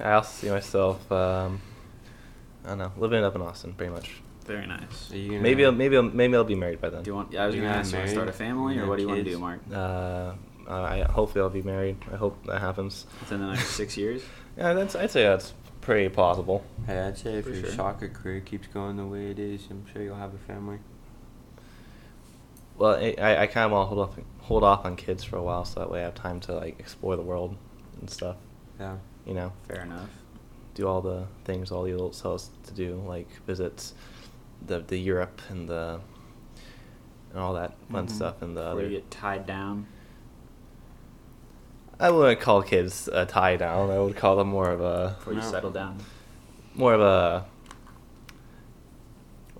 S1: I also see myself. Um, I don't know, living it up in Austin, pretty much.
S5: (laughs) Very nice.
S3: Are you gonna-
S1: Maybe I'll, maybe I'll, maybe I'll be married by then.
S5: Do you want? Yeah, I was
S3: You
S5: gonna
S3: gonna
S5: ask. Do you want to
S3: marry?
S5: start a family,
S3: You
S5: or
S3: gonna
S5: what do you want to
S3: kids?
S5: do, Mark?
S1: Uh, I hopefully I'll be married. I hope that happens.
S5: Within the next six years?
S1: (laughs) Yeah, that's. I'd say that's pretty plausible.
S3: Hey, I'd say if
S5: For
S3: your
S5: sure.
S3: soccer career keeps going the way it is, I'm sure you'll have a family.
S1: Well, I, I kind of want to hold off hold off on kids for a while, so that way I have time to like explore the world and stuff.
S3: Yeah.
S1: You know,
S5: Fair enough.
S1: do all the things all the adults tell us to do, like visit the the Europe and the and all that fun
S3: Mhm.
S1: stuff and the
S5: Mm-hmm. Before
S1: other.
S5: you get tied down.
S1: I wouldn't call kids a tie down. I would call them more of a
S5: Before you
S3: No.
S5: settle down.
S1: more of a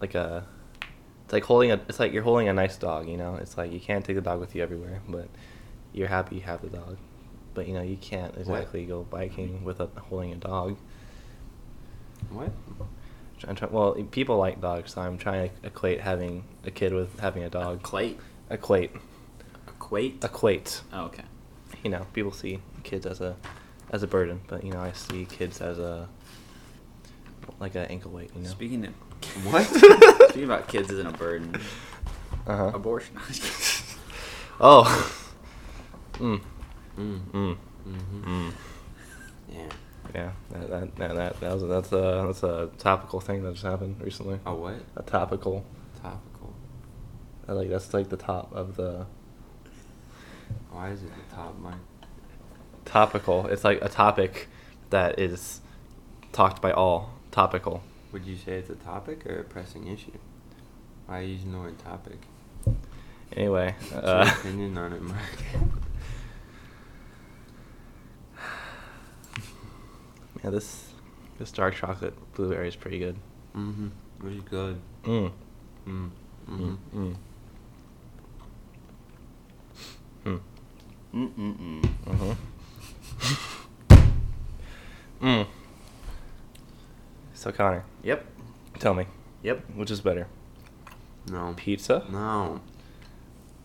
S1: like a it's like holding a it's like you're holding a nice dog you know it's like you can't take the dog with you everywhere but you're happy you have the dog but you know you can't exactly go biking with a holding a dog
S3: What?
S1: I'm try, well people like dogs so i'm trying to equate having a kid with having a dog
S5: Clate.
S1: equate
S5: Equate.
S1: equate
S5: Oh, okay.
S1: you know people see kids as a as a burden but you know i see kids as a like an ankle weight you know
S5: Speaking of
S1: (laughs)
S3: What?
S5: (laughs) speaking about kids isn't a burden.
S1: uh-huh.
S5: Abortion.
S1: (laughs)
S5: (laughs)
S1: Oh. (laughs) Mm.
S3: Mm.
S1: Mm.
S3: Mm-hmm.
S1: Mm.
S3: Yeah.
S1: Yeah. That that that, that, that was that's a that's a topical thing that just happened recently.
S3: A what?
S1: A topical.
S3: Topical.
S1: I like that's like the top of the
S3: Why is it the top, Mike?
S1: topical. It's like a topic that is talked by all. Topical.
S3: Would you say it's a topic or a pressing issue? Why are you using the word topic?
S1: Anyway.
S3: What's
S1: Uh, (laughs)
S3: your opinion on it, Mark?
S1: yeah. This this dark chocolate blueberry is pretty good.
S3: mm-hmm. It was good.
S1: Mm.
S3: Mm.
S1: Mm.
S3: Mm-hmm.
S1: Mm. Mm.
S5: Mm-mm-mm.
S1: Mm-hmm. (laughs) mm. So Connor,
S5: Yep.
S1: tell me,
S5: Yep.
S1: which is better,
S3: No.
S1: pizza
S3: No.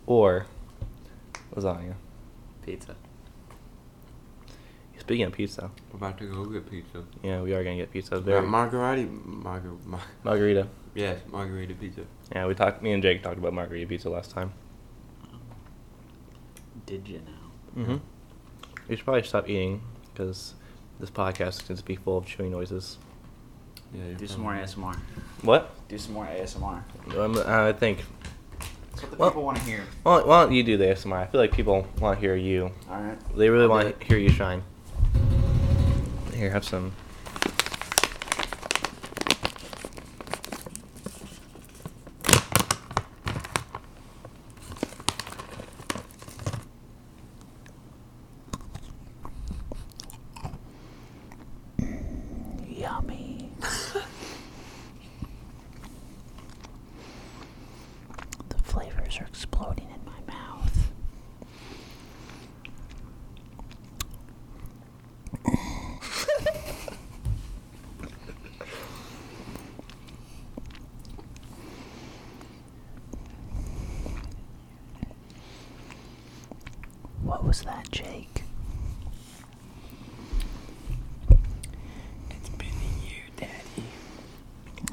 S1: or lasagna?
S5: Pizza.
S1: Speaking of pizza,
S3: We're about to go get pizza.
S1: yeah, we are gonna get pizza.
S3: Very.
S1: Very
S3: Margarita. Margar. Mar-
S1: margarita.
S3: yes, margarita pizza.
S1: Yeah, we talked. Me and Jake talked about margarita pizza last time.
S5: Did you now?
S1: Mm-hmm. We should probably stop eating because this podcast is gonna be full of chewing noises.
S3: Yeah. you're
S5: Do some more
S3: probably-
S5: ASMR.
S1: What?
S5: (laughs) Do some more ASMR.
S1: Um, I think.
S2: That's what the
S1: Well-
S2: people want to hear.
S1: Why don't- why don't you do the ASMR? I feel like people want to hear you
S2: All right.
S1: They really
S2: I'll do
S1: want
S2: it.
S1: to hear you shine. Here, have some.
S4: Yummy. (laughs) the flavors are exploding in my mouth. (laughs) What was that, Jake? It's been a year, Daddy.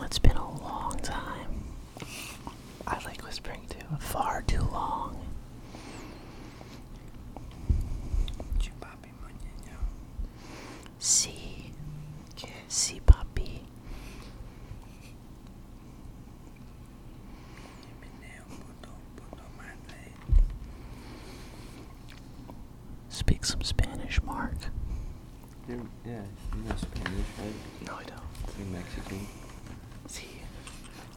S4: It's been a long time. I like whispering too. Far too long.
S3: Yeah, you know Spanish, right?
S4: No, I don't.
S3: You're Mexican.
S4: Sí.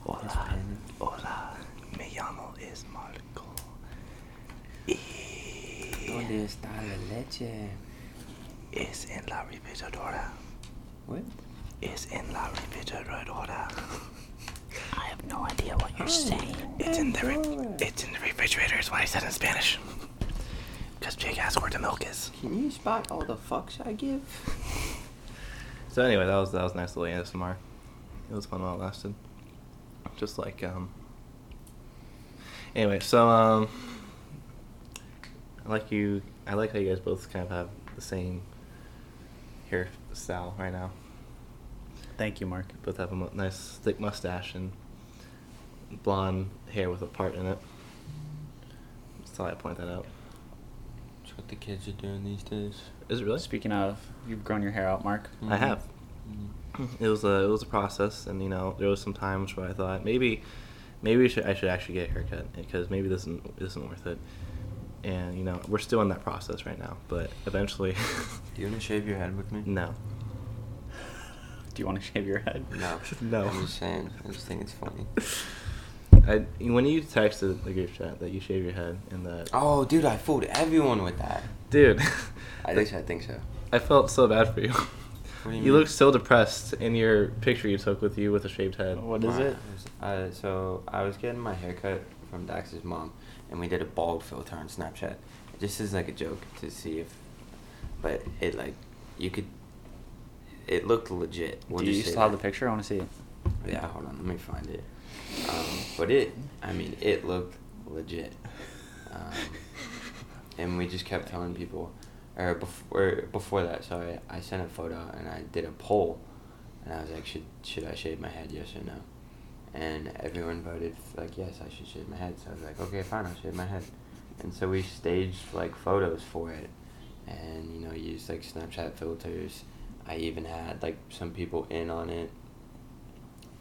S4: Hola. Hola. Me llamo es Marco. Y
S3: está la leche?
S4: es en la repetidora.
S3: What?
S4: Is in la refrigeradora. I have no idea what you're saying. It's in the re- it's in the refrigerator. Is what I said in Spanish. Because Jake asked where the milk is.
S3: Can you spot all the fucks I give?
S1: So anyway, that was that was nice little ASMR. It was fun while it lasted. Just like um. Anyway, so um. I like you. I like how you guys both kind of have the same hairstyle right now.
S5: Thank you, Mark.
S1: Both have a mu- nice thick mustache and blonde hair with a part in it. Just thought I'd point that out.
S3: That's what the kids are doing these days. Mm-hmm.
S1: Is it really?
S5: Speaking of, you've grown your hair out, Mark. Mm-hmm.
S1: I have.
S3: Mhm.
S1: it was a it was a process, and you know there was some times where I thought maybe maybe we should, I should actually get a haircut because maybe this isn't this isn't worth it. And you know we're still in that process right now, but eventually, (laughs)
S3: Do you want to shave your head with me?
S1: no,
S5: Do you want to (laughs) shave your head?
S3: (laughs) No.
S1: No.
S3: I'm just saying. I just think it's (laughs) funny.
S1: I when you texted the group chat that you shave your head and that
S3: Oh, dude, I fooled everyone with that.
S1: dude,
S3: At least I think so.
S1: I felt so bad for you.
S3: do you
S1: you
S3: mean?
S1: looked so depressed in your picture you took with you with a shaved head.
S5: What is
S3: My-
S5: it?
S3: Uh, so I was getting my haircut from Dax's mom, and we did a bald filter on Snapchat. Just as like a joke to see if, but it like, you could. It looked legit. We'll
S5: Do you
S3: just say
S5: still have the
S3: that.
S5: picture? I want to see it.
S3: Yeah, hold on, let me find it. Um, but it, I mean, it looked legit. Um, and we just kept telling people, or before before that, sorry, I sent a photo and I did a poll, and I was like, should should I shave my head? Yes or no? And everyone voted like yes, I should shave my head. So I was like, okay, fine, I'll shave my head. And so we staged like photos for it, and you know, used like Snapchat filters. I even had like some people in on it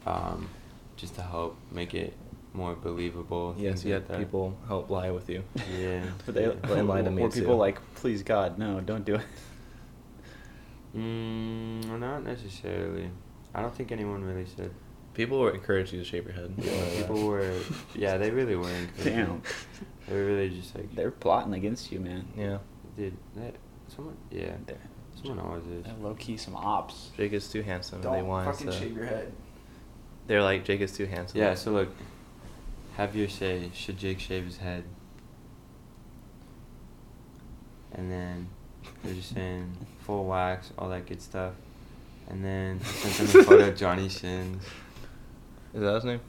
S3: um, just to help make it more believable.
S1: Yes,
S3: things
S1: you
S3: like
S1: had
S3: that.
S1: people help lie with you.
S3: Yeah.
S5: (laughs) But they,
S1: They lied to me,
S5: were people
S1: too.
S5: like, please God, no, don't do it.
S3: Mm, not necessarily. I don't think anyone really said.
S1: People were encouraged you to shave your head.
S3: People were, yeah, they really were. encouraging.
S5: Damn.
S3: They were really just like,
S5: They're plotting against you, man.
S1: Yeah.
S3: dude, that someone, yeah,
S5: They're,
S3: someone always is.
S5: low key
S3: (laughs)
S5: some ops.
S1: Jake is too handsome. and they want us to-
S2: head.
S1: They're like Jake is too handsome.
S3: Yeah. So
S1: (laughs)
S3: look, have your say. Should Jake shave his head? And then they're just
S5: (laughs)
S3: saying full wax, all that good stuff. And
S5: (laughs)
S3: then I sent them a photo of Johnny Sins.
S1: Is that his name?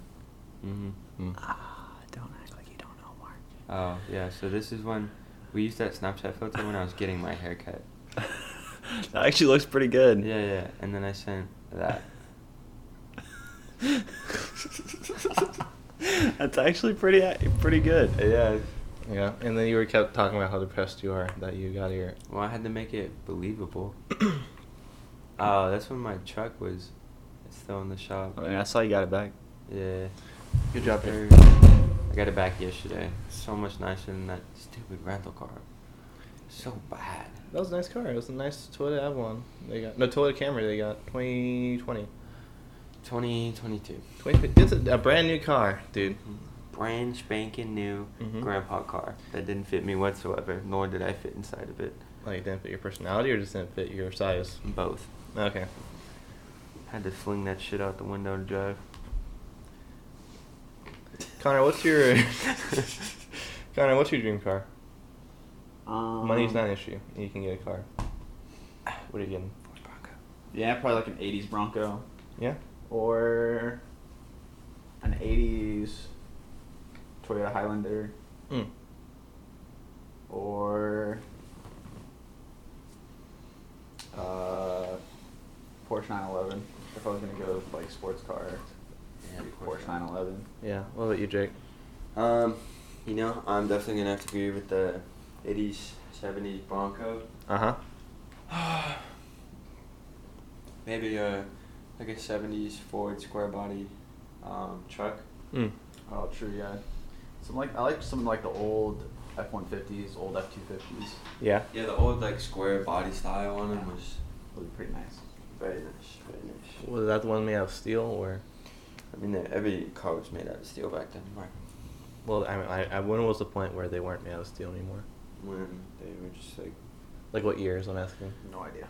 S3: hmm
S4: Ah, don't act like you don't know, Mark.
S3: Oh yeah. So this is when we used that Snapchat filter when I was getting my haircut.
S5: that actually looks pretty good.
S3: Yeah, yeah. And then I sent that.
S5: (laughs) That's actually pretty pretty good.
S3: Yeah.
S1: Yeah, and then you were kept talking about how depressed you are that you got your.
S3: Well, I had to make it
S5: (coughs)
S3: believable. oh, that's when my truck was still in the shop.
S5: Oh, I, mean, I saw you got it back.
S3: Yeah.
S1: Good job,
S3: Or-
S1: Jake.
S3: I got it back yesterday. So much nicer than that stupid rental car. So bad.
S1: That was a nice car. It was a nice Toyota Avalon. They got no Toyota Camry. They got 2020.
S3: 2022.
S1: 20, it's a, a brand new car, dude.
S3: Mm-hmm. Brand spanking new
S5: Mm-hmm.
S1: Mhm.
S3: grandpa car that didn't fit me whatsoever, nor did I fit inside of it.
S1: Like, it didn't fit your personality or just didn't fit your size.
S3: Both.
S1: Okay.
S3: Had to fling that shit out the window to drive.
S1: Connor, what's
S3: (laughs)
S1: your Connor? What's your dream car?
S5: Um,
S1: Money's not an issue. You can get a car. What are you getting?
S5: Yeah, probably like an '80s Bronco
S1: Yeah.
S5: or an '80s Toyota Highlander
S1: Mm.
S5: or uh, Porsche 911. If I was gonna go with, like sports car,
S3: Yeah,
S5: it'd be
S3: Porsche
S5: Porsche 911.
S1: Yeah. What about you, Jake?
S3: Um, you know, I'm definitely gonna have to agree with the 80s, 70s Bronco.
S1: Uh huh.
S3: Maybe a like a 70s Ford square body um, truck.
S1: Mm.
S5: Oh, true. Yeah, some like I like some like the old F150s, old F250s.
S1: Yeah.
S3: Yeah, the old like square body style on them was
S2: was pretty nice.
S3: Very nice, very nice.
S1: Was that the one made out of steel or?
S3: I mean, every car was made out of steel back then. Right.
S1: Well, I mean, I, I, when was the point where they weren't made out of steel anymore?
S3: When they were just like,
S1: Like what years? I'm asking.
S2: No idea.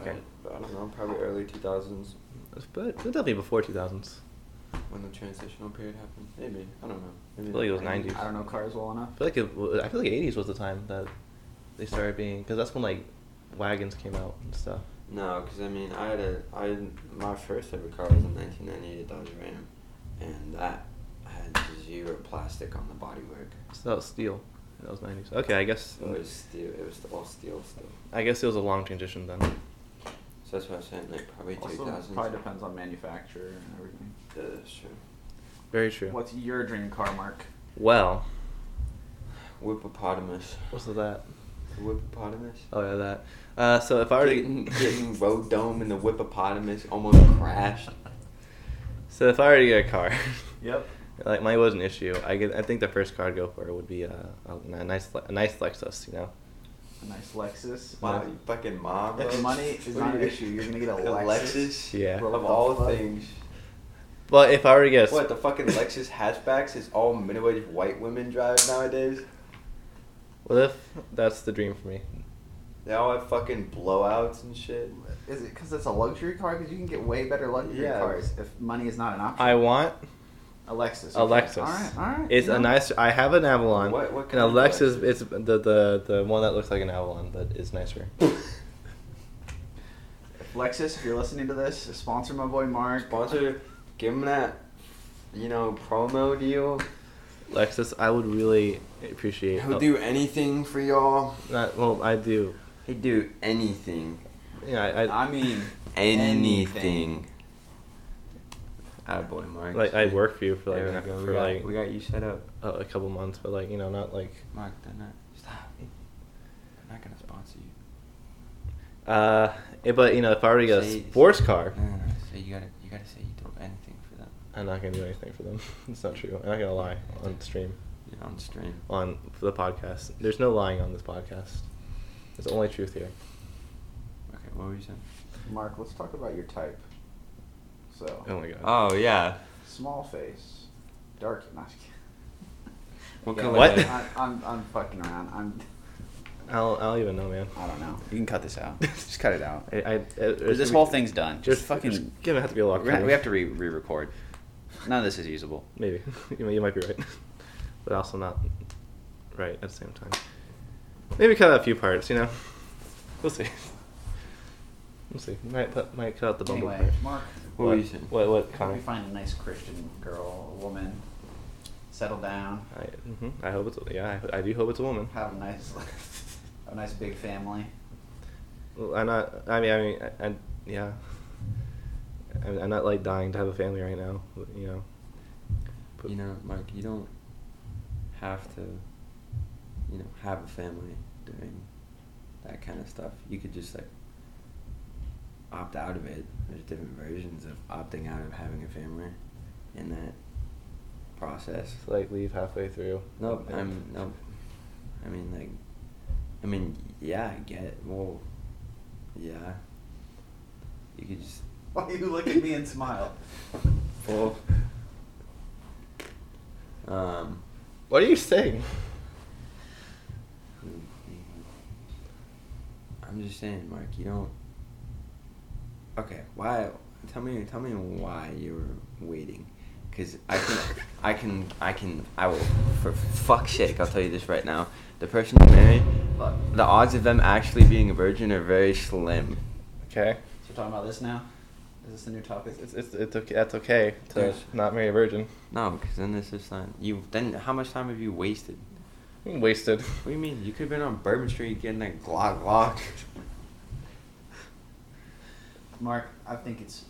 S1: Okay.
S3: uh, I don't know, probably early 2000s
S1: But it's definitely before 2000s.
S3: when the transitional period happened. Maybe. I don't know. Maybe
S1: I feel like it was
S3: I mean,
S1: 90s.
S2: I don't know cars well enough.
S1: I feel like it, wa- I feel like 80s was the time that they started being because that's when like wagons came out and stuff.
S3: No, because I mean, I had a, I my first ever car was a 1998 Dodge Ram, and that had zero plastic on the bodywork.
S1: So that was steel. That was 90s. Okay, I guess.
S3: So it was steel. It was all steel still.
S1: I guess it was a long transition then.
S3: So that's what I'm saying. Like probably
S2: Also,
S3: 2000s.
S2: probably depends on manufacturer and everything.
S3: Yeah, that's true.
S1: Very true.
S2: What's your dream car, Mark?
S1: Well,
S3: Whippopotamus.
S1: what's with that?
S3: The whippopotamus.
S1: Oh yeah, that. Uh, so if I were (laughs)
S3: getting,
S1: to
S3: getting road dome and the whippopotamus almost crashed.
S1: so if I were to get a
S3: (laughs)
S1: car,
S2: Yep.
S1: (laughs) like mine was an issue. I get. I think the first car I'd go for would be a, a, a nice, Le- a nice Lexus. You know.
S2: A nice Lexus.
S3: Wow, you fucking mom.
S2: If
S3: bro.
S2: money is
S3: What
S2: not
S3: are
S2: an
S3: you-
S2: issue, you're gonna get a
S3: Lexus.
S2: Lexus?
S1: Yeah.
S2: What
S3: Of
S2: the
S3: all
S2: fuck?
S3: things.
S1: But if I were to get a,
S3: What the fucking Lexus hatchbacks is all middle-aged white women drive nowadays.
S1: (laughs) what if that's the dream for me?
S3: They all have fucking blowouts and (laughs) shit.
S2: Is it because it's a luxury car? Because you can get way better luxury
S3: Yeah.
S2: cars if money is not an option.
S1: I want
S2: A Lexus.
S1: a Lexus.
S2: All right, all right.
S1: It's a nice. I have an Avalon.
S3: What- what
S1: and
S3: kind
S1: a
S3: of
S1: Lexus,
S3: Lexus?
S1: It's the the the one that looks like an Avalon, but it's nicer.
S2: Lexus, if you're listening to this, sponsor my boy Mark.
S3: Sponsor, give them that, you know, promo deal.
S1: Lexus, I would really appreciate.
S3: He'll
S1: a-
S3: do anything for y'all.
S1: Not, well, I do.
S3: He'd do anything.
S1: Yeah, I, I,
S2: I mean,
S3: Anything. Attaboy, Mark.
S1: like I worked for you for like
S3: There we
S1: an-
S3: go.
S1: for
S3: we, got,
S1: like
S3: we got you set up.
S1: a, a couple months, but like you know, not like.
S3: Mark, they're not. Stop. They're not gonna sponsor you.
S1: Uh, eh, but you know, if I were to get
S3: Say-
S1: a sports car,
S3: No, no, no. Say you gotta, you gotta say you do anything for them.
S1: I'm not gonna do anything for them. (laughs) it's not true. I'm not gonna lie on stream,
S3: Yeah, on stream.
S1: on for the podcast. There's no lying on this podcast. There's only truth here.
S3: Okay, what were you saying?
S2: Mark, let's talk about your type. So,
S1: Oh my god.
S3: Oh yeah.
S2: small face, dark. Not,
S3: (laughs) What
S2: Yeah,
S3: color?
S1: What?
S3: hair?
S2: I, I'm, I'm fucking around. I'm.
S1: I don't, I don't even know, man.
S2: I don't know.
S5: You can cut this
S2: (laughs)
S5: out. Just cut it out.
S1: I, I, I-
S5: This whole thing's done. Just fucking.
S1: It's gonna have to be a lot.
S5: We're gonna- we have to re re-record. None of this is usable.
S1: Maybe (laughs) you, might- you might be right, but also not right at the same time. Maybe cut out a few parts. You know, we'll see. (laughs) We'll see. Might put, might cut out the bumble.
S2: Anyway,
S1: part.
S2: Mark,
S3: What were you saying?
S1: What? What?
S2: how do
S1: Connor?
S2: we find a nice Christian girl, a woman, settle down,
S1: I, hmm I hope it's. a- Yeah, I, I do hope it's a woman.
S2: have a nice, (laughs) a nice big family.
S1: Well, I'm not. I mean, I mean, I, I, yeah. (laughs) I'm, I'm not like dying to have a family right now. but, You know. But-
S3: You know, Mark, you don't have to, you know, have a family doing that kind of stuff. You could just like opt out of it. There's different versions of opting out of having a family in that process.
S1: Just, like leave halfway through.
S3: Nope,
S1: And-
S3: I'm nope. I mean, like, I mean, yeah, I get it. Well, yeah. You could just
S2: Why you look at me and smile?
S3: well. Um.
S1: What are you saying?
S3: I'm just saying, Mark. You don't. Okay, why? Tell me, tell me why you were waiting, because I can, I can, I can, I will. For fuck's sake, I'll tell you this right now. The person you marry,
S2: Look,
S3: the odds of them actually being a virgin are very slim.
S1: Okay.
S2: so we're talking about this now. Is this the new topic?
S1: It's, it's, it's okay. That's okay to
S3: There's-
S1: not marry a virgin.
S3: No, because then this is not you. Then how much time have you wasted?
S1: I'm wasted.
S3: What do you mean? You could have been on Bourbon Street getting that Glock Glock.
S2: Mark, I think it's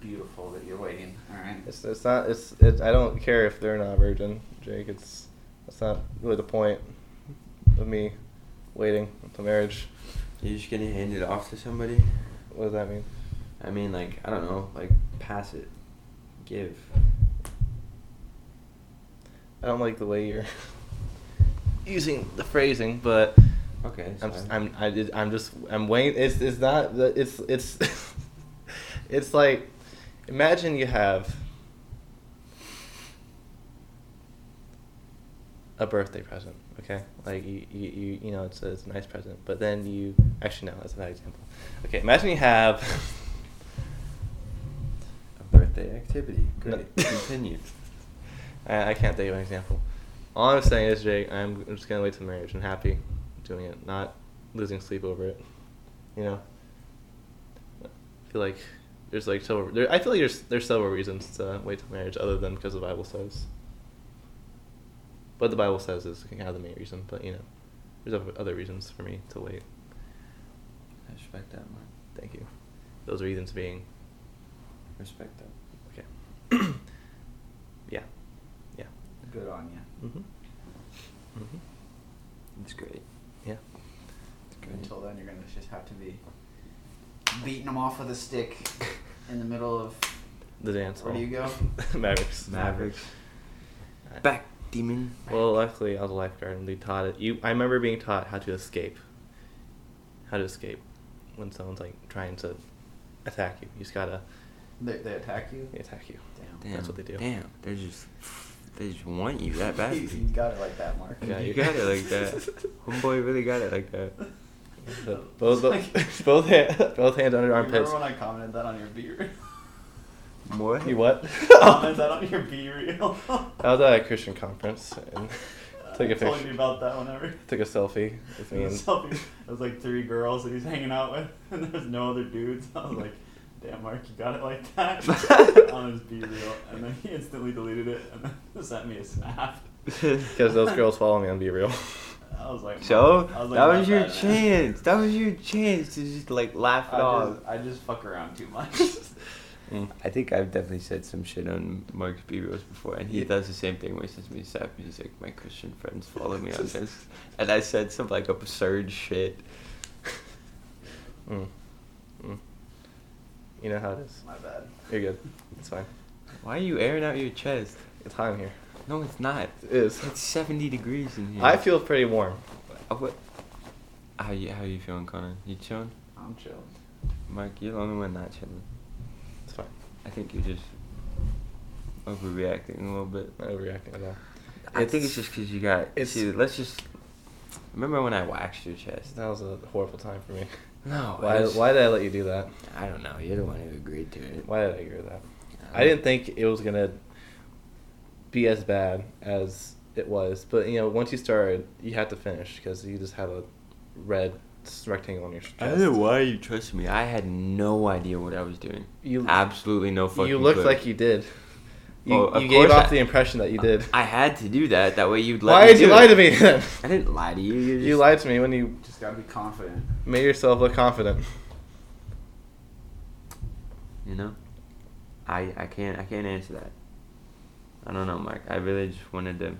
S2: beautiful that you're waiting. All right.
S1: It's, it's not. It's. It, I don't care if they're not a virgin, Jake. It's. That's not really the point of me waiting until marriage.
S3: You're just gonna hand it off to somebody.
S1: What does that mean?
S3: I mean, like, I don't know, like, pass it. Give.
S1: (laughs) I don't like the way you're using the phrasing, but
S3: Okay.
S1: I'm
S3: sorry.
S1: just, I'm I did, I'm just I'm waiting. It's it's not the- it's it's (laughs) it's like imagine you have a birthday present, okay? Like you you, you, you know it's a, it's a nice present, but then you actually no, that's a bad example. Okay, imagine you have (laughs)
S3: A birthday (laughs) activity.
S1: No.
S3: Great. Continue.
S1: (laughs) I, I can't think of an example. All I'm saying is, Jake, I'm I'm just gonna wait till marriage. I'm happy doing it, not losing sleep over it. You know, I feel like there's like several. There, I feel like there's there's several reasons to wait till marriage, other than because the Bible says. What the Bible says is kind of the main reason, but you know, there's other- other reasons for me to wait.
S3: I respect that, Mark.
S1: Thank you. Those reasons being,
S3: Respect that.
S1: okay, (coughs) yeah, yeah.
S2: Good on you.
S1: Mhm. Mhm.
S3: It's great.
S1: Yeah.
S3: It's great.
S2: Until then, you're gonna just have to be beating them off with a stick in the middle of.
S1: (laughs) The dance
S2: Where do
S1: hall.
S2: you
S1: (laughs)
S2: go?
S1: Mavericks.
S3: Mavericks.
S1: Alright.
S3: Back, demon.
S1: Well, luckily I was a lifeguard and they taught it. You, I remember being taught how to escape. How to escape when someone's like trying to attack you. You just gotta
S2: They, they attack you.
S1: they attack you.
S2: Damn.
S3: Damn.
S1: That's what they do.
S3: Damn. They just, they just want you that
S2: (laughs)
S3: bad.
S2: you, you got it like that, Mark.
S1: Yeah,
S3: you
S1: you-
S3: got it like that.
S2: (laughs)
S3: Homeboy really got it like that.
S1: So both,
S2: Like- (laughs)
S1: both, (laughs) both, hand, both hands under
S2: You
S1: your armpits.
S2: Remember when I commented that on your beer?
S3: What?
S1: You
S2: (laughs)
S1: what?
S2: commented that on
S1: (laughs)
S2: your B reel.
S1: I was at a Christian conference
S2: (laughs)
S1: and took a
S2: I told
S1: picture.
S2: you about that one every.
S1: took a selfie with
S2: (laughs)
S1: me. And
S2: It was selfie. It was like three girls that he's hanging out with, (laughs) and there's no other dudes. I was like, "Damn, Mark, you got it like
S1: (laughs)
S2: that on his B reel," and then he instantly deleted it and then (laughs) sent me
S1: (laughs)
S2: a snap.
S1: Because those
S2: (laughs)
S1: girls follow me on Be Real.
S2: I was like,
S3: So
S2: "Mark," I was like,
S3: that
S2: "My
S3: was your
S2: bad, man."
S3: chance. That was your chance to just like laugh
S2: (laughs)
S3: it
S2: I
S3: off.
S2: just, I just fuck around too
S3: (laughs)
S2: much.
S3: I think I've definitely said some shit on Mark's B rolls before, and he
S1: Yeah.
S3: does the same thing when he sends me sad music. My Christian friends follow
S1: (laughs)
S3: me on this, and I said some like absurd shit.
S1: Mm. Mm. You know how it is.
S2: My bad.
S1: You're good. It's fine.
S3: Why are you airing out your chest?
S1: It's hot in here.
S3: No, it's not.
S1: It is.
S3: It's seventy degrees in here.
S1: I feel pretty warm.
S3: Uh, What? How you How you feeling, Connor? You chilling?
S2: I'm chill.
S3: Mark, you're the only one not chilling.
S1: It's fine.
S3: I think you're just overreacting a little bit.
S1: I'm not overreacting at all.
S3: I think it's just because you got.
S1: it's-
S3: see, let's just. Remember when I waxed your chest?
S1: That was a horrible time for me.
S3: No. it
S1: Why,
S3: was-
S1: why did I let you do that?
S3: I don't know. You're the one who agreed to it.
S1: Why did I agree with that? I didn't think it was gonna be as bad as it was, but you know, once you started, you had to finish because you just have a red s- rectangle on your chest.
S3: I don't know why you trusted me. I had no idea what I was doing.
S1: You-
S3: absolutely no fucking.
S1: You looked
S3: clue.
S1: like you did. You,
S3: Well, of
S1: you gave
S3: course
S1: off
S3: I-
S1: the impression that you did.
S3: (laughs) I had to do that. That way you'd let
S1: Why
S3: me
S1: did you
S3: do
S1: lie
S3: it.
S1: to me then?
S3: I didn't lie to you. You,
S1: You
S3: just-
S1: lied to me when you
S2: Just gotta be confident.
S1: made yourself look
S3: (laughs)
S1: confident.
S3: You know, I I can't I can't answer that. I don't know, Mike. I really just wanted to.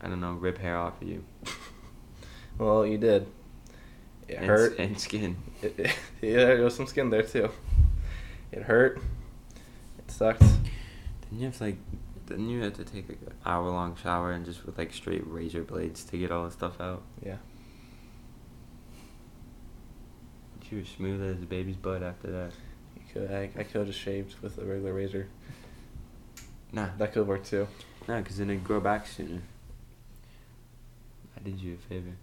S3: I don't know, rip hair off of you.
S1: Well, you did. It
S3: and,
S1: hurt.
S3: and skin.
S1: It, (laughs) it, yeah, there was some skin there too. It hurt. It sucked.
S3: Didn't you have to, like, didn't you have to take like an hour long shower and just with like straight razor blades to get all the stuff out?
S1: Yeah.
S3: You were smooth as a baby's butt after that.
S1: You could, I, I could have just shaved with a regular razor.
S3: Nah,
S1: That could work too.
S3: nah, cause then it'd grow back sooner. I did you a favor.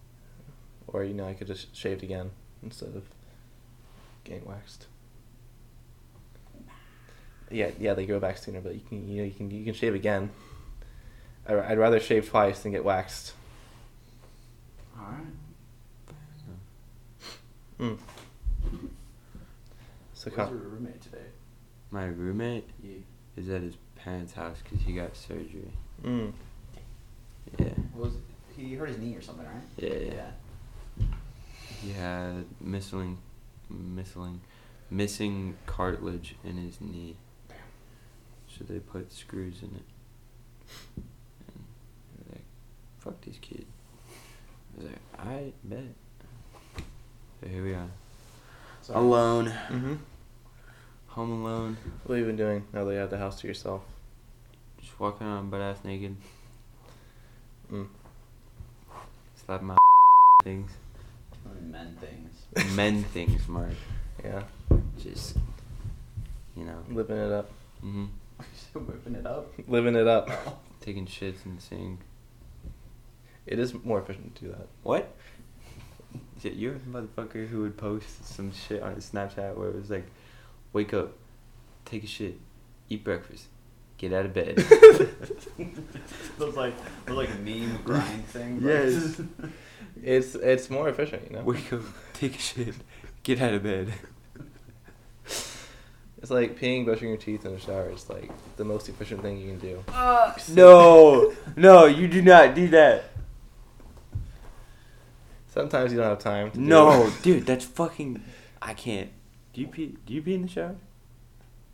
S1: Or, you know, I could just shaved again instead of getting waxed. Yeah, yeah, they grow back sooner, but you can, you know, you can, you can shave again. I, I'd rather shave twice than get waxed.
S2: All right.
S1: Mm. So,
S2: Where's your
S1: Con-
S2: roommate today?
S3: My roommate
S2: You.
S3: is at his parents' house cause he got surgery.
S1: mm.
S3: Yeah,
S2: What was he hurt his knee or something, right?
S3: yeah, yeah. He had missing, missing, missing cartilage in his knee. So they put screws in it. And they were like, fuck this kid. I was like, I bet. So here we are.
S2: So-
S3: Alone.
S1: Mm-hmm.
S3: Home alone.
S1: What have you been doing now that you have the house to yourself?
S3: Just
S1: Hmm. (laughs)
S3: walking around butt ass naked.
S1: Mm.
S3: Slap my (laughs) things.
S5: Men things.
S3: Men things, Mark.
S1: Yeah,
S3: Just, you know.
S1: living it up,
S3: hmm
S2: Whipping it up.
S1: living it up.
S3: Taking shits in the sink.
S1: It is more efficient to do that.
S3: What? Shit, you're the motherfucker who would post some shit on his Snapchat where it was like, wake up, take a shit, eat breakfast, get out
S1: (laughs)
S3: of bed.
S2: Those like those like
S3: (laughs)
S2: meme grind things.
S3: Yes.
S2: Like,
S1: It's it's more efficient, you know.
S3: wake up, take a shit, get out of bed.
S1: It's like peeing, brushing your teeth in the shower. It's like the most efficient thing you can do.
S3: No, no, you do not do that.
S1: (laughs) Sometimes you don't have time. To do
S3: No,
S1: it.
S3: dude, that's fucking. I can't. Do you pee? Do you pee in the shower?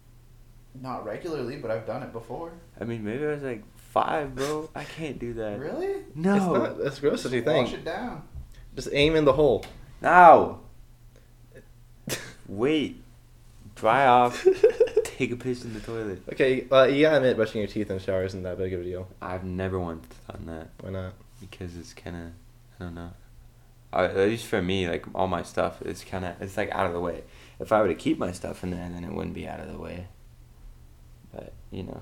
S2: (laughs) not regularly, but I've done it before.
S3: I mean, maybe I was like five, bro. I can't do that.
S2: Really?
S3: No.
S1: It's not, that's gross if you
S2: Wash
S1: think.
S2: it down.
S1: Just aim in the hole.
S3: Now, wait,
S1: (laughs)
S3: dry off, take a piss in the toilet.
S1: Okay, uh, you gotta admit, brushing your teeth in the shower isn't that big of a deal.
S3: I've never once done that
S1: Why not?
S3: because it's kind of, I don't know. Uh, at least for me, like all my stuff, it's kind of, it's like out of the way. If I were to keep my stuff in there, then it wouldn't be out of the way. But you know,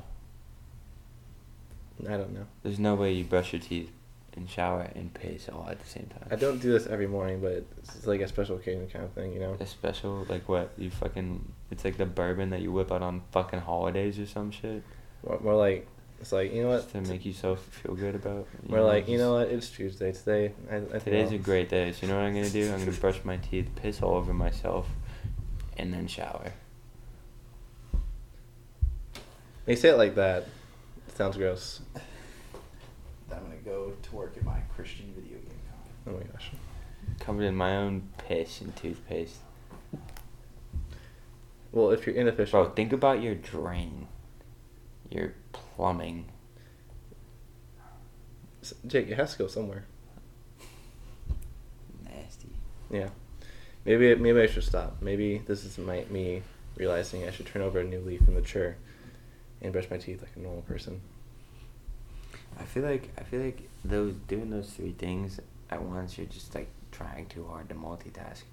S1: I don't know.
S3: there's no way you brush your teeth and shower and piss all at the same time.
S1: I don't do this every morning, but it's like a special occasion kind of thing, you know.
S3: A special like what you fucking? It's like the bourbon that you whip out on fucking holidays or some shit.
S1: More, more like it's like you know what?
S3: Just to make yourself feel good about. you
S1: We're like you
S3: just-
S1: know what? It's Tuesday today. I, I think
S3: Today's a
S1: I'll-
S3: great day. So you know what I'm gonna do? I'm gonna brush my teeth, piss all over myself, and then shower.
S1: They say it like that. It sounds gross.
S2: I'm gonna go to work at my Christian video game
S1: Oh
S2: company.
S1: my gosh.
S3: Covered in my own piss and toothpaste.
S1: Well, if you're inefficient,
S3: Bro, think about your drain, your plumbing.
S1: S- Jake, it has to go somewhere.
S3: Nasty.
S1: Yeah. Maybe maybe I should stop. Maybe this is my me realizing I should turn over a new leaf and mature, and brush my teeth like a normal person.
S3: I feel like I feel like those doing those three things at once, you're just like trying too hard to multitask.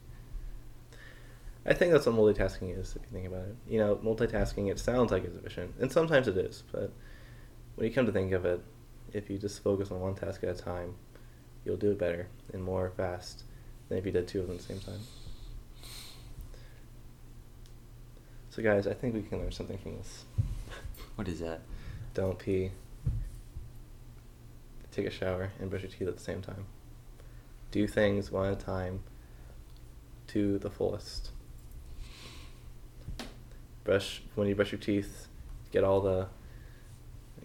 S1: I think that's what multitasking is, if you think about it. You know, multitasking, it sounds like it's efficient, and sometimes it is, but when you come to think of it, if you just focus on one task at a time, you'll do it better and more fast than if you did two of them at the same time. So, guys, I think we can learn something from this.
S3: What is that?
S1: Don't pee, take a shower, and brush your teeth at the same time. Do things one at a time to the fullest. Brush when you brush your teeth, get all the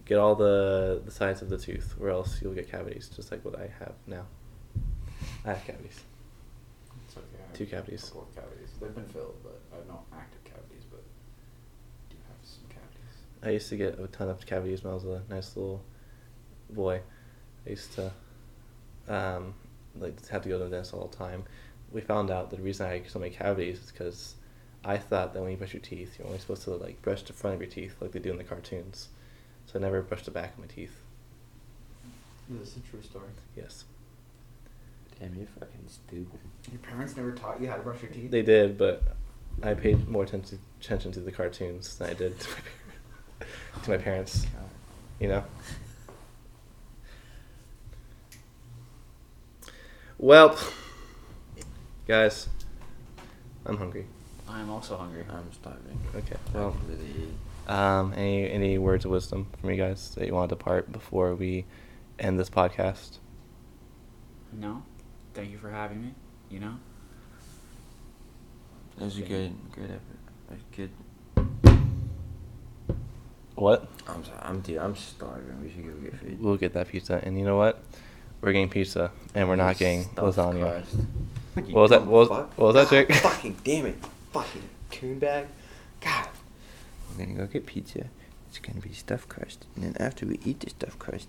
S1: get all the the sides of the tooth, or else you'll get cavities, just like what I have now. I have cavities.
S2: It's okay. I have
S1: Oh. Two cavities.
S2: a couple of cavities. They've been filled, but I have no active cavities, but I do have some cavities.
S1: I used to get a ton of cavities when I was a nice little boy. I used to um, like have to go to the dentist all the time. We found out that the reason I had so many cavities is because I thought that when you brush your teeth, you're only supposed to like brush the front of your teeth like they do in the cartoons. So I never brushed the back of my teeth.
S2: This is a true story.
S1: Yes,
S3: Damn, you're fucking stupid.
S2: Your parents never taught you how to brush your teeth.
S1: they did, but I paid more attention attention to the cartoons than I did to my, (laughs) par- to my parents. You know. Well, guys, I'm hungry.
S5: I'm also hungry.
S3: I'm starving.
S1: Okay.
S3: Well,
S1: Well, um, any any words of wisdom from you guys that you want to depart before we end this podcast?
S5: No. Thank you for having me. You know?
S3: that was a good, good effort. A good.
S1: What?
S3: I'm sorry. I'm dude. I'm starving. We should go get food.
S1: We'll get that pizza, and you know what? We're getting pizza, and we're not getting
S3: Stuffed
S1: lasagna.
S3: crust.
S1: What was that? What was,
S3: Fuck.
S1: what was that, Jake?
S3: (laughs) Fucking damn it! Fucking tune bag. God. We're gonna go get pizza. It's gonna be stuffed crust, and then after we eat the stuffed crust,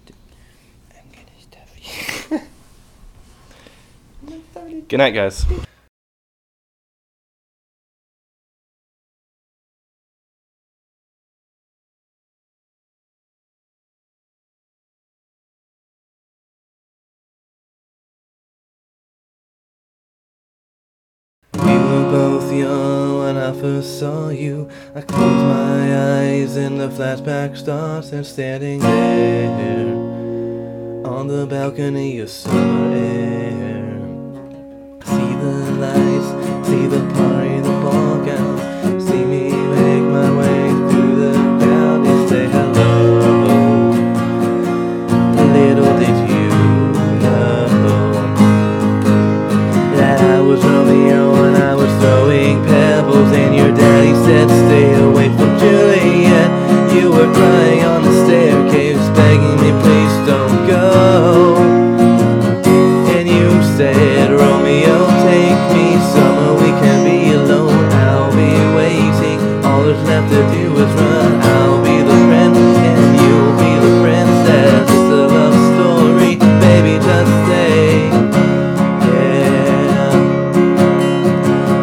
S3: I'm gonna stuff you.
S1: Good night, guys.
S6: were both young when I first saw you. I closed my eyes and the flashback starts, and standing there on the balcony of summer air. See the lights, see the party, the ball gown. See me make my way through the crowd and say hello. Little did you know that I was Romeo and I was throwing pebbles, and your daddy said, Stay away from Juliet. You were crying on the staircase, begging me, Please don't go. And you said, Romeo, take me somewhere we can be alone. I'll be waiting. All there's left to do is run. I'll be the friend, and you'll be the princess. It's a love story, baby, just stay. Yeah.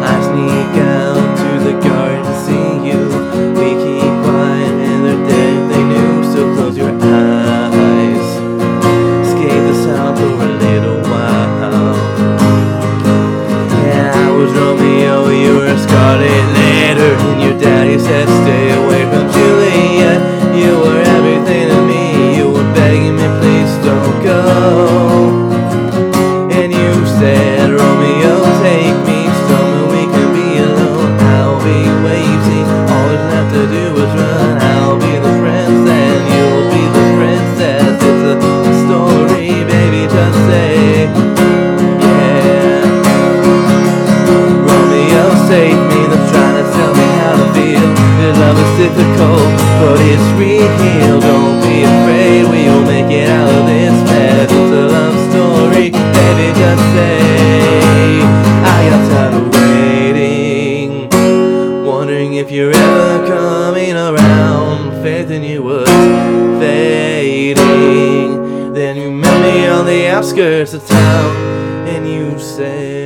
S6: I sneak out to the garden to see you. We keep quiet and they're dead, they knew, so close your eyes. Skate the south for a little while. Yeah, I was Romeo, you were Scarlet Letter, and your daddy said stay away from Juliet. You were everything to me, you were begging me, please don't go. And you said, Romeo, take me somewhere we can be alone. I'll be waiting. All we have to do is run. I'll be the prince and you'll be the princess. It's a story, baby, just say, yeah. Romeo saved me, they're trying to tell me how to feel. Your love is difficult, but it's real. Don't be afraid, we'll make it out of this mess. It's a love story, baby, just say. I got tired of waiting, wondering if you're ever coming around. Faith in you was fading. Then you met me on the outskirts of town, and you said.